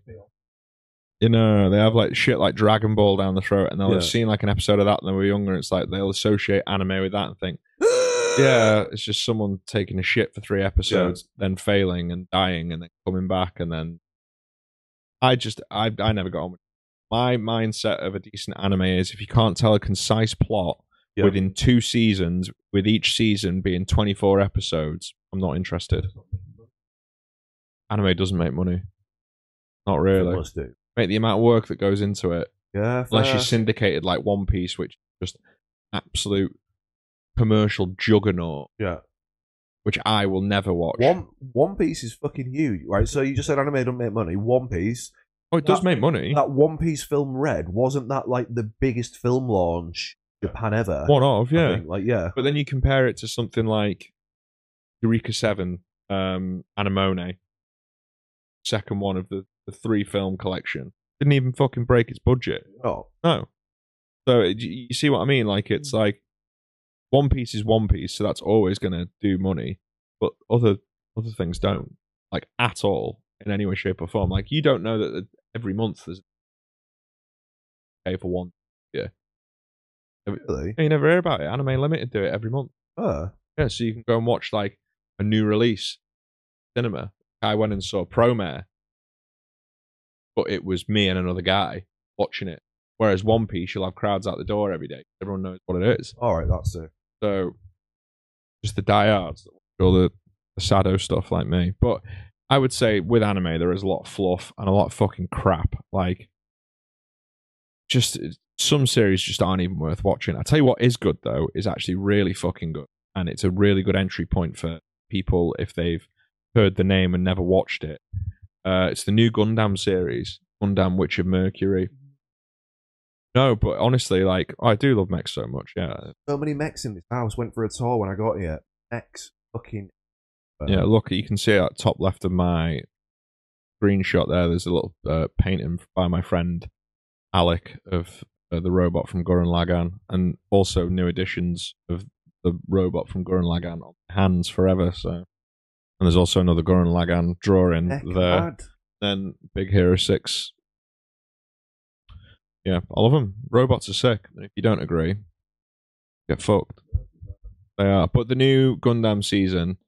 You know, they have like shit like Dragon Ball down the throat, and they'll have Yeah. seen like an episode of that when they were younger. And it's like they'll associate anime with that and think, <gasps> yeah, it's just someone taking a shit for three episodes, then failing and dying, and then coming back, and then I just I I never got on with. It. My mindset of a decent anime is if you can't tell a concise plot Yeah. within two seasons, with each season being twenty four episodes, I'm not interested. Anime doesn't make money, not It really. must do. Make the amount of work that goes into it, Yeah, fair. unless you syndicated like One Piece, which is just absolute commercial juggernaut yeah. which I will never watch. One One Piece is fucking huge, right? So you just said anime don't make money. One Piece, oh, it does that- make money. that One Piece film Red, wasn't that like the biggest film launch Japan ever? One of, I yeah. think, Like yeah, But then you compare it to something like Eureka Seven, um, Anemone, second one of the, the three film collection. Didn't even fucking break its budget. oh No. So it, you you see what I mean? Like it's like One Piece is One Piece, so that's always going to do money, but other other things don't, like at all in any way, shape, or form. Like you don't know that the- every month there's pay for one. really? You never hear about it. Anime Limited do it every month. Uh, Yeah, so you can go and watch like a new release cinema. I went and saw Promare, but it was me and another guy watching it. Whereas One Piece, you'll have crowds out the door every day. Everyone knows what it is. all right, that's it. So just the diehards that watch all the, the Sado stuff like me. But I would say with anime, there is a lot of fluff and a lot of fucking crap. Like, just uh, some series just aren't even worth watching. I tell you what is good though is actually really fucking good, and it's a really good entry point for people if they've heard the name and never watched it. Uh, it's the new Gundam series, Gundam Witch of Mercury. No, but honestly, like I do love mechs so much. Yeah, So many mechs in this house. Went for a tour when I got here. Mechs, fucking. Um, yeah. Look, you can see at top left of my screenshot there. There's a little uh, painting by my friend Alec of uh, the robot from Gurren Lagann, and also new editions of the robot from Gurren Lagann on my hands forever. So, and there's also another Gurren Lagann drawing Mech there. mad. Then Big Hero Six. Yeah, I love them. Robots are sick. and If you don't agree, get fucked. They are. But the new Gundam season,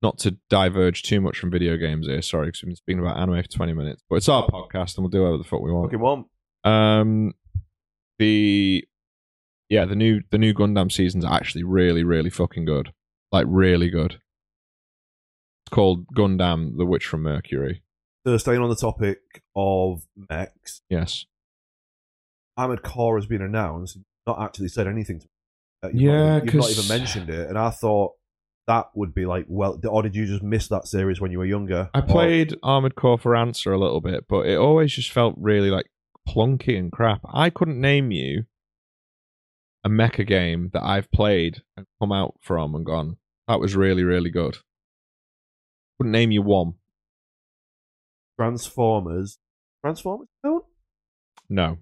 not to diverge too much from video games here, sorry, because we've been speaking about anime for 20 minutes, but it's our podcast and we'll do whatever the fuck we want. Fucking one. Um, the yeah, the new the new Gundam season's actually really really fucking good, like really good. It's called Gundam: The Witch from Mercury. So staying on the topic of mechs, Yes. Armored Core has been announced. Not actually said anything to me. Uh, you've Yeah, not, even- you've not 'cause- even mentioned it, and I thought that would be like, well, or did you just miss that series when you were younger? I Or- played Armored Core for Answer a little bit, but it always just felt really like clunky and crap. I couldn't name you a mecha game that I've played and come out from and gone, that was really, really good. Couldn't name you one. Transformers. Transformers? No. No.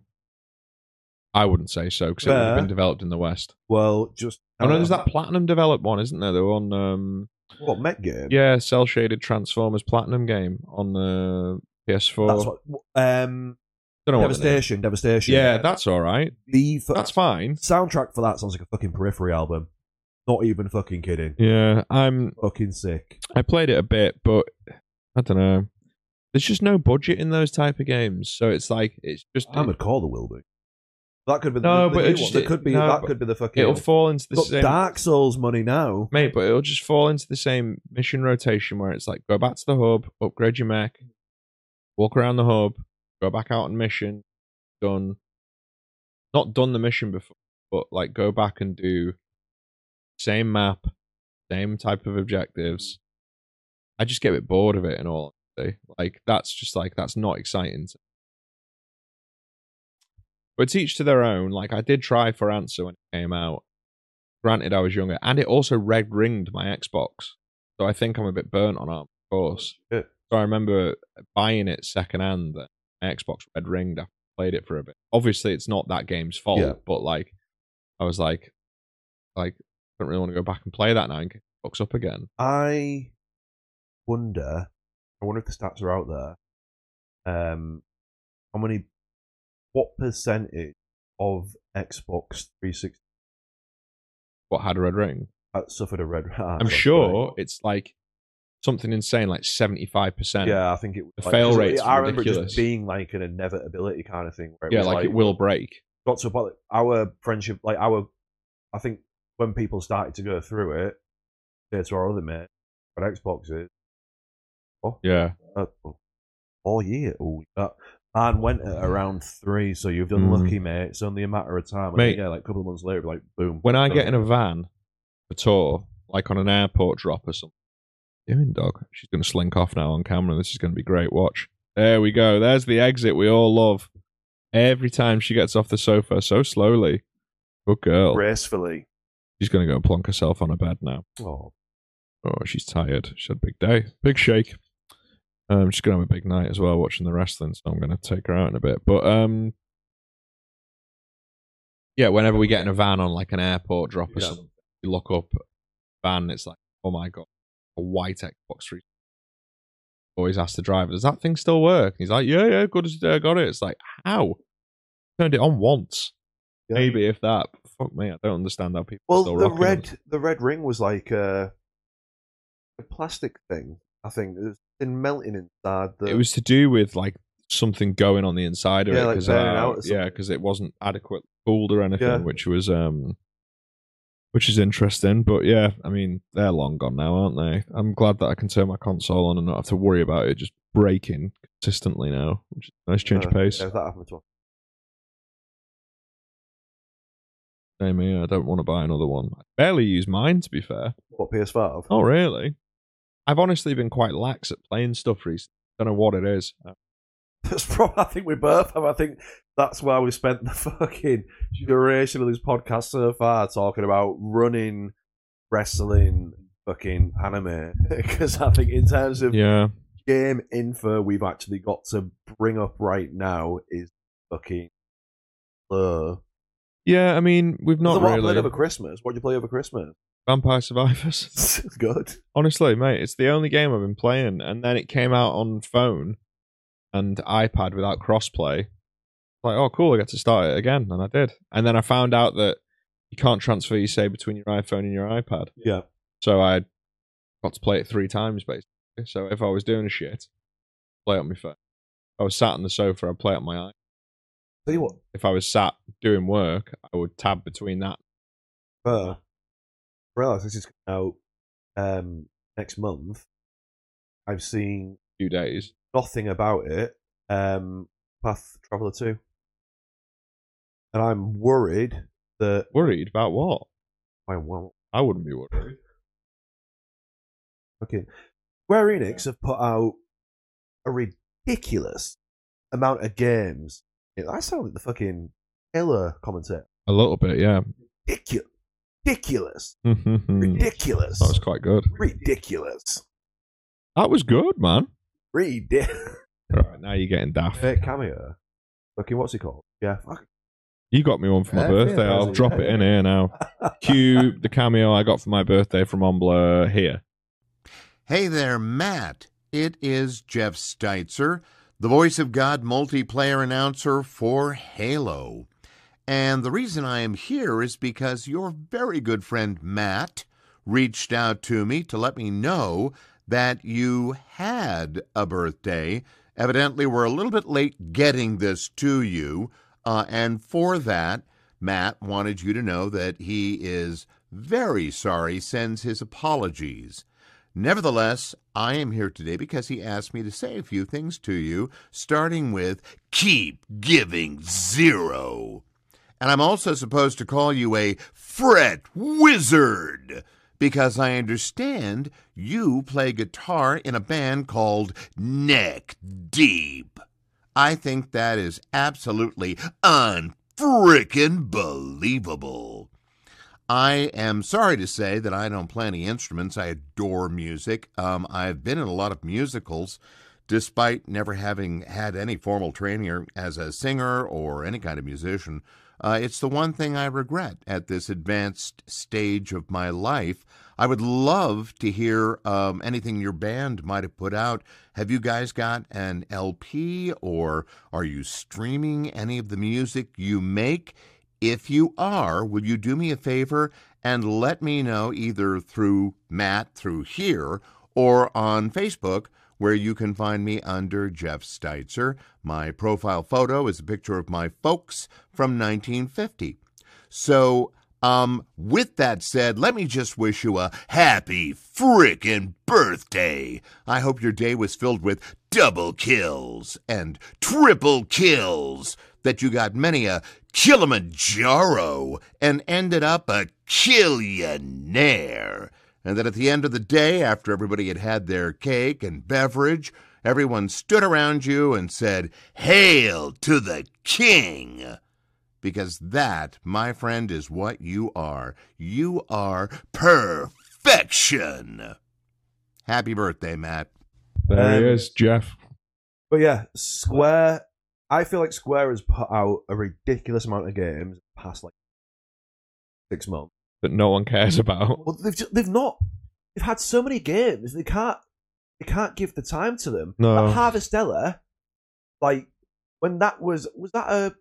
I wouldn't say so because it would have Fair. Uh, been developed in the West. Well, just Oh no, there's that platinum developed one, isn't there? The one, um, what mech game? yeah, cell shaded Transformers platinum game on the PS4. that's what. Um, Don't know what the name- Devastation. Devastation. Yeah, that's all right. the fu- That's fine. soundtrack for that sounds like a fucking periphery album. Not even fucking kidding. Yeah, I'm. Fucking sick. I played it a bit, but I don't know. There's just no budget in those type of games, so it's like it's just Armored Core there will be. That could be the, No, the but new it just- one. That could be no, that but could be the fucking. it'll fall into the Got same Dark Souls money now. mate, but it'll just fall into the same mission rotation where it's like go back to the hub, upgrade your mech, walk around the hub, go back out on mission, done. Not done the mission before, but like go back and do same map, same type of objectives. I just get a bit bored of it and all. honesty. Like that's just like that's not exciting. To but it's each to their own. Like I did try for answer when it came out, granted I was younger, and it also red ringed my Xbox. So I think I'm a bit burnt on Armored Course. Yeah. So I remember buying it secondhand that my Xbox red ringed after I played it for a bit. Obviously it's not that game's fault, Yeah. but like I was like like I don't really want to go back and play that now and get Xbox up again. I wonder. I wonder if the stats are out there. Um, how many? What percentage of Xbox 360 What had a red ring? uh, suffered a red? <laughs> Ah, I'm that's sure it's like something insane like seventy five right. percent. Yeah, I think it. was The fail 'cause rate's I remember it ridiculous. just being like an inevitability kind of thing. Where it Yeah, was like, it will break. got to a point. like, Our friendship, like our, I think when people started to go through it, say to our other mate, but Xboxes, Yeah. uh, four year old. Uh, mine went at around three, so you've done Mhm. lucky, mate. It's only a matter of time. And Mate. then, yeah, like a couple of months later, like boom. when I get in a van for tour, like on an airport drop or something, doing dog, she's going to slink off now on camera. This is going to be great. Watch. There we go. There's the exit we all love. Every time she gets off the sofa so slowly. Good girl. gracefully. She's going to go and plonk herself on her bed now. Oh, Oh, she's tired. She had a big day. Big shake. Um, she's going to have a big night as well watching the wrestling, so I'm going to take her out in a bit. But um, yeah, whenever we get in a van on like an airport drop or Yeah. something, you look up van, it's like, oh my god, a white Xbox 3. Always ask the driver, does that thing still work? He's like, yeah, yeah, good as I got it. It's like, how? Turned it on once, Yeah. maybe if that. Fuck me, I don't understand how people. are Well, still the rocking them. red the red ring was like a, a plastic thing. I think it was been melting inside. The, it was to do with like something going on the inside of Yeah, it like 'cause, burning uh, out or yeah because it wasn't adequately cooled or anything Yeah. which was um which is interesting but yeah i mean they're long gone now aren't they i'm glad that i can turn my console on and not have to worry about it just breaking consistently now which is a nice change uh, of pace Yeah, that happened to us. Same here. I don't want to buy another one. I barely use mine, to be fair. What PS5? Oh, really? I've honestly been quite lax at playing stuff recently. Don't know what it is. <laughs> That's probably. I think we both have. I think that's why we spent the <laughs> fucking duration of this podcast so far talking about running, wrestling, fucking anime. <laughs> Because I think in terms of Yeah. game info we've actually got to bring up right now is fucking low. Yeah, I mean, we've not So what I played over really. Christmas. What did you play over Christmas? <laughs> Vampire Survivors. Good. Honestly, mate, it's the only game I've been playing, and then it came out on phone and iPad without crossplay. Like, oh, cool, I get to start it again, and I did. And then I found out that you can't transfer your save between your iPhone and your iPad, Yeah. so I got to play it three times basically. So if I was doing a shit, play it on my phone. If I was sat on the sofa, I'd play it on my iPad. Tell you what. If I was sat doing work, I would tab between that. Uh, realise this is coming out um, next month. I've seen Few days. nothing about it. Um, Path Traveler Two, and I'm worried that Worried about what? I won't. I wouldn't be worried. Fucking Square Enix have put out a ridiculous amount of games. Yeah, I sound like the fucking Hiller commentator. A little bit, yeah. <laughs> Ridiculous, ridiculous, Mm. that ridiculous, was quite good. ridiculous, That was good, man. <laughs> ridiculous. Right, now you're getting daft. Fake cameo. Fucking what's he called? Yeah, fuck. You got me one for my Yeah, birthday. yeah, I'll yeah. drop it in <laughs> here now. Cue the cameo I got for my birthday from Ombler here. Hey there, Matt. It is Jeff Steitzer, the voice of God multiplayer announcer for Halo. And the reason I am here is because your very good friend Matt reached out to me to let me know that you had a birthday. Evidently, we're a little bit late getting this to you. Uh, and for that, Matt wanted you to know that he is very sorry, sends his apologies. Nevertheless, I am here today because he asked me to say a few things to you, starting with keep giving zero. And I'm also supposed to call you a fret wizard because I understand you play guitar in a band called Neck Deep. I think that is absolutely unfrickin' believable. I am sorry to say that I don't play any instruments. I adore music. Um, I've been in a lot of musicals, despite never having had any formal training or- as a singer or any kind of musician. Uh, it's the one thing I regret at this advanced stage of my life. I would love to hear um, anything your band might have put out. Have you guys got an LP or are you streaming any of the music you make? If you are, will you do me a favor and let me know either through Matt through here or on Facebook, where you can find me under Jeff Steitzer. My profile photo is a picture of my folks from 1950. So, um, with that said, let me just wish you a happy frickin' birthday. I hope your day was filled with double kills and triple kills, that you got many a Kilimanjaro and ended up a Killionaire. And that at the end of the day, after everybody had had their cake and beverage, everyone stood around you and said, Hail to the King! Because that, my friend, is what you are. You are perfection. Happy birthday, Matt. There he Um, is, Jeff. But yeah, Square. I feel like Square has put out a ridiculous amount of games in the past like six months. That no <laughs> one cares about. Well, they've just, they've not. They've had so many games. They can't. They can't give the time to them. No. Like Harvestella, like when that was was that a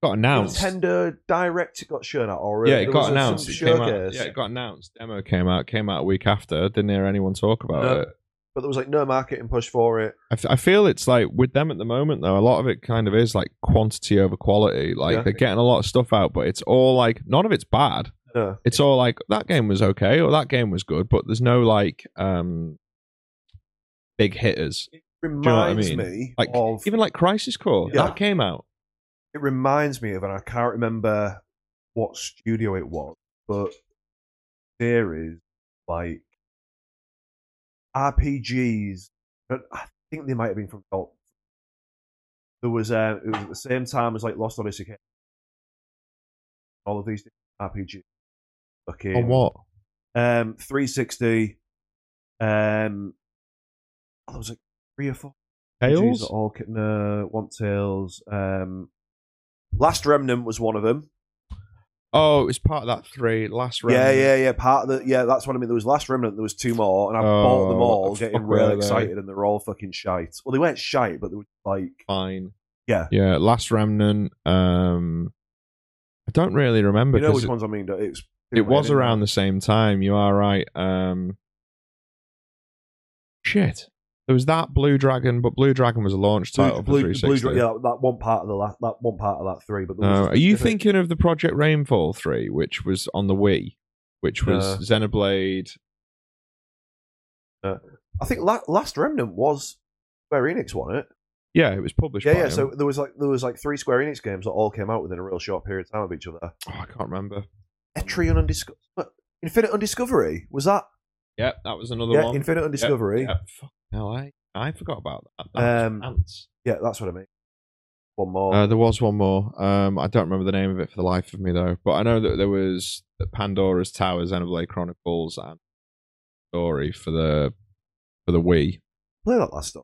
Got announced. Nintendo Direct? It got shown out already. Yeah, it There got was a- announced. some It came out, showcase. yeah, it got announced. Demo came out. Came out a week after. Didn't hear anyone talk about No. it. but there was like no marketing push for it. I, f- I feel it's like with them at the moment though a lot of it kind of is like quantity over quality like Yeah. they're getting a lot of stuff out but it's all like none of it's bad No, it's all like that game was okay or that game was good but there's no like um big hitters reminds know what I mean? me like of even like crisis core Yeah. that came out it reminds me of, and I can't remember what studio it was, but there is like RPGs. But I think they might have been from Vault. There was uh, it was at the same time as like Lost Odyssey. Came. All of these RPGs. Okay. On what? Um, 360. Um, oh, there was like three or four. RPGs that Tails? All, ca- no, One Tales. Um, Last Remnant was one of them. Oh, it's part of that three. Last round. Yeah, yeah, yeah. Part of the yeah, that's what I mean. There was Last Remnant, there was two more, and I bought them Oh, all, what the getting fuck real were they? excited, and they were all fucking shite. Well, they weren't shite, but they were like Fine. Yeah. Yeah. Last Remnant. Um, I don't really remember you know because which ones I mean. don't- It's it, it was around the same time. You are right. Um, shit. There was that Blue Dragon, but Blue Dragon was a launch title blue, blue, for blue, 360. Dra- yeah, that, that one part of the last, that one part of that three. But there was No, a are you specific- thinking of the Project Rainfall 3, which was on the Wii, which was No. Xenoblade? I think La- Last Remnant was Square Enix, wasn't it? Yeah, it was published Yeah, by yeah. them. So there was like there was like three Square Enix games that all came out within a real short period of time of each other. Oh, I can't remember. Etrian Undiscovery, Infinite Undiscovery was that? Yep, that was another yeah, one. Infinite Yep, Undiscovery. Yep, Fuck, no, I, I forgot about that. That Um, was ants. Yeah, that's what I mean. One more. Uh, there was one more. Um, I don't remember the name of it for the life of me, though. But I know that there was the Pandora's Tower, Xenoblade Chronicles, and Story for the for the Wii. Play that last stuff.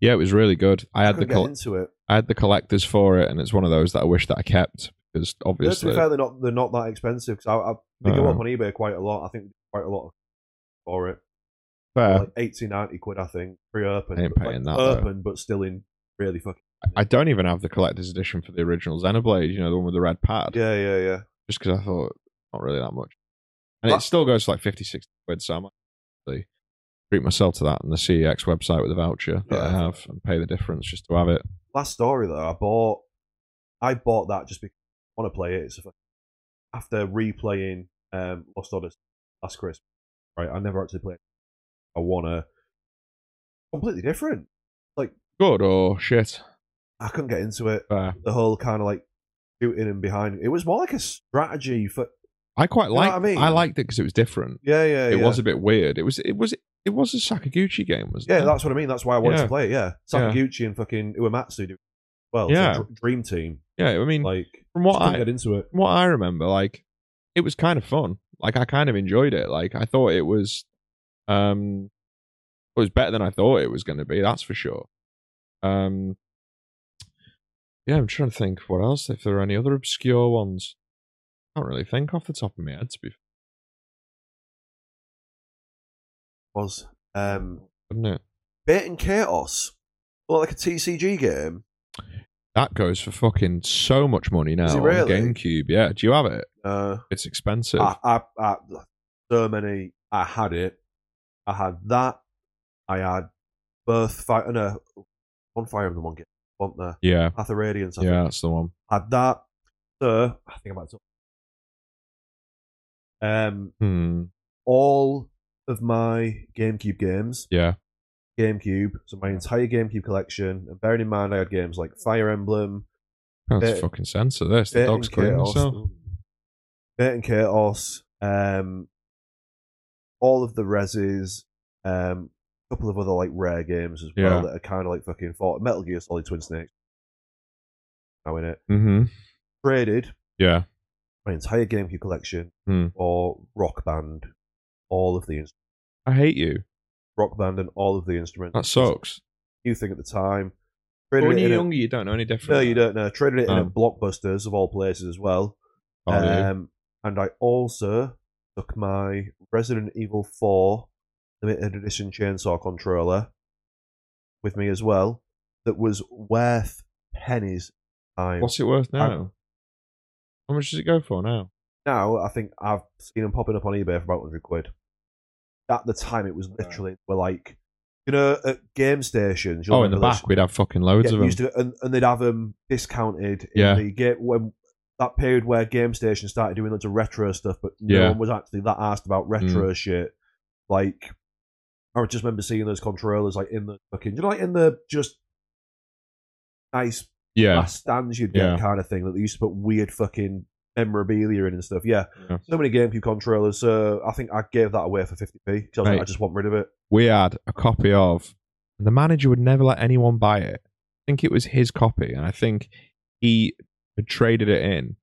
Yeah, it was really good. I had the Couldn't get col- into it. I had the collectors for it, and it's one of those that I wish that I kept because Yeah, to obviously be fair, they're not they're not that expensive 'cause I, I they go Uh. up on eBay quite a lot. I think quite a lot for it, Fair. like 80, 90 quid. I think pre-open, Uh. I ain't but, paying like, that, though. open, but still in really fucking. I don't even have the collector's edition for the original Xenoblade. You know, the one with the red pad. Yeah, yeah, yeah. Just because I thought not really that much, and That- it still goes to like 50, 60 quid. So I might actually treat myself to that on the CEX website with a voucher that I Yeah. have and pay the difference just to have it. Last story though, I bought, I bought that just because I want to play it. It's a fucking, after replaying um, Lost Odyssey last Christmas, right? I never actually played. it. I wanna completely different. Good or shit? I couldn't get into it. Fair. the whole kind of like shooting and behind. It was more like a strategy for I quite know what like. I I, mean? liked it because it was different. yeah, yeah. it yeah. was a bit weird. It was. It was. It was a Sakaguchi game, wasn't yeah, it? that's what I mean. That's why I wanted Yeah. to play it. Yeah, Yeah. Sakaguchi and fucking Uematsu do well. Yeah. Yeah, dream team. yeah. I mean, Like from what just couldn't I get into it. from what I remember, like it was kind of fun. Like I kind of enjoyed it. Like I thought it was, um, it was better than I thought it was going to be. That's for sure. Um, yeah, I'm trying to think what else. If there are any other obscure ones, I can't really think off the top of my head. To be fair, Was um, wouldn't it? Bait and Chaos, well, like a TCG game. That goes for fucking so much money now Is it on really? GameCube. Yeah, do you have it? Uh, It's expensive. I, I, I, so many. I had it. I had that. I had Birth Fire. uh, No, one fire of the one game. Wasn't there? yeah, Path of Radiance. I yeah, think. that's the one. had that. So I think I might. have- Um, Hmm. all of my GameCube games, Yeah. GameCube, so my entire GameCube collection. And bearing in mind, I had games like Fire Emblem, That's Bit- fucking censor this. The Bit dog's and cleaning Chaos, himself. Bit and Chaos, um, all of the Reses, um, a couple of other like rare games as well Yeah. that are kind of like fucking fought. Metal Gear Solid Twin Snakes. Now in it Mm-hmm. traded Yeah. my entire GameCube collection Hmm. or Rock Band, all of the instruments. I hate you. Rock Band and all of the instruments. That sucks. New thing at the time. But Traded when it in you're a- younger, you don't know any different. no, you don't know. Traded it in Um. at Blockbusters of all places as well. Oh, yeah. um, and I also took my Resident Evil 4 limited edition chainsaw controller with me as well. That was worth pennies. at the Time. What's it worth now? How much does it go for now? Now I think I've seen them popping up on eBay for about hundred quid. At the time, it was literally were like, you know, at game stations. you'll Oh, in the remember back, this- we'd have fucking loads yeah, of them. used to- and, and they'd have them discounted. In Yeah. The ga- when that period where game stations started doing loads of retro stuff, but no Yeah. Mm. one was actually that asked about retro shit. Like, I just remember seeing those controllers like in the fucking, you know, like in the just nice yeah. last stands you'd get Yeah. kind of thing that they used to put weird fucking memorabilia in and stuff. Yeah, Yeah. so many GameCube controllers. So I think I gave that away for 50p because I, was like, Right. I just want rid of it. we had a copy of and the manager would never let anyone buy it i think it was his copy and i think he had traded it in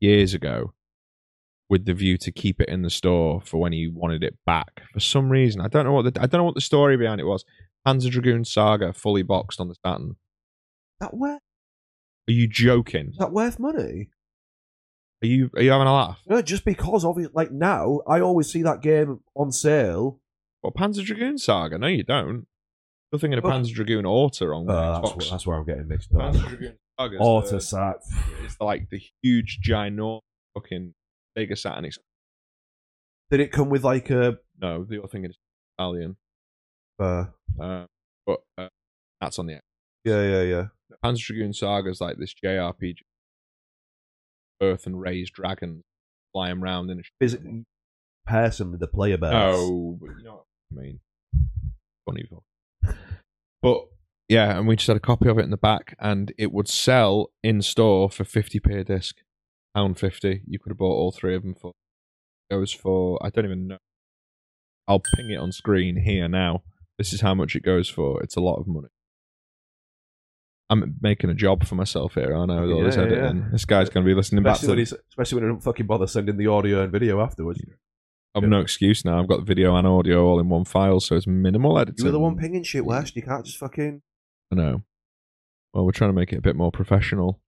years ago with the view to keep it in the store for when he wanted it back for some reason i don't know what the i don't know what the story behind it was panzer dragoon saga fully boxed on the saturn That worth are you joking that worth money? are you are you having a laugh No, just because obviously, like now, I always see that game on sale. what panzer dragoon saga no you don't you're thinking of Oh. panzer dragoon auto on the Uh, that's, Xbox. wh- that's where I'm getting mixed up. panzer dragoon saga Auto sack. It's like the huge ginormous fucking Sega Saturn. Ex- <sighs> Did it come with like a? no, the other thing is Italian. Uh, Uh, but uh, that's on the yeah, yeah, yeah. Panzer Dragoon Saga is like this JRPG. Earth and raise dragons fly 'em round in a. Is it personally the player base? Oh, but you know what I mean. Funny fuck. But yeah, and we just had a copy of it in the back, and it would sell in store for fifty p a disc, pound fifty. You could have bought all three of them for. Goes for I don't even know. I'll ping it on screen here now. This is how much it goes for. It's a lot of money. I'm making a job for myself here, aren't I? With all this Yeah, yeah, editing, yeah. this guy's going to be listening back Especially to when, he's, especially when I don't fucking bother sending the audio and video afterwards. I've no excuse now. I've got video and audio all in one file, so it's minimal editing. You were the one pinging shit, West. You can't just fucking. I know. Well, we're trying to make it a bit more professional,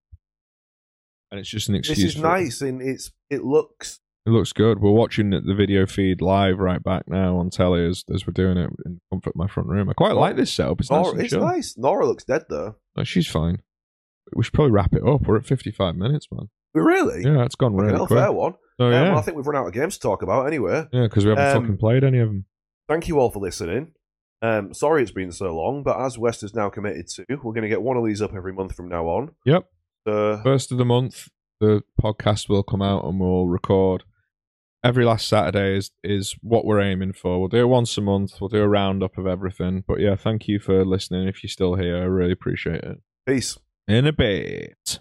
and it's just an excuse. This is for- nice, and it's it looks. It looks good. We're watching the video feed live right back now on telly as, as we're doing it in the comfort of my front room. I quite like this setup. It's nice. Nora, and Oh. it's chill. nice. Nora looks dead though. No, she's fine. We should probably wrap it up. We're at fifty-five minutes, man. But really, Yeah, it's gone Fucking really hell, quick. fair one. So, Yeah, yeah, well, I think we've run out of games to talk about anyway. yeah, because we haven't Um, fucking played any of them. Thank you all for listening. Um, sorry it's been so long, but as West is now committed to, we're going to get one of these up every month from now on. Yep. So first of the month the podcast will come out and we'll record every last saturday is is what we're aiming for we'll do it once a month we'll do a roundup of everything but yeah thank you for listening if you're still here i really appreciate it peace. in a bit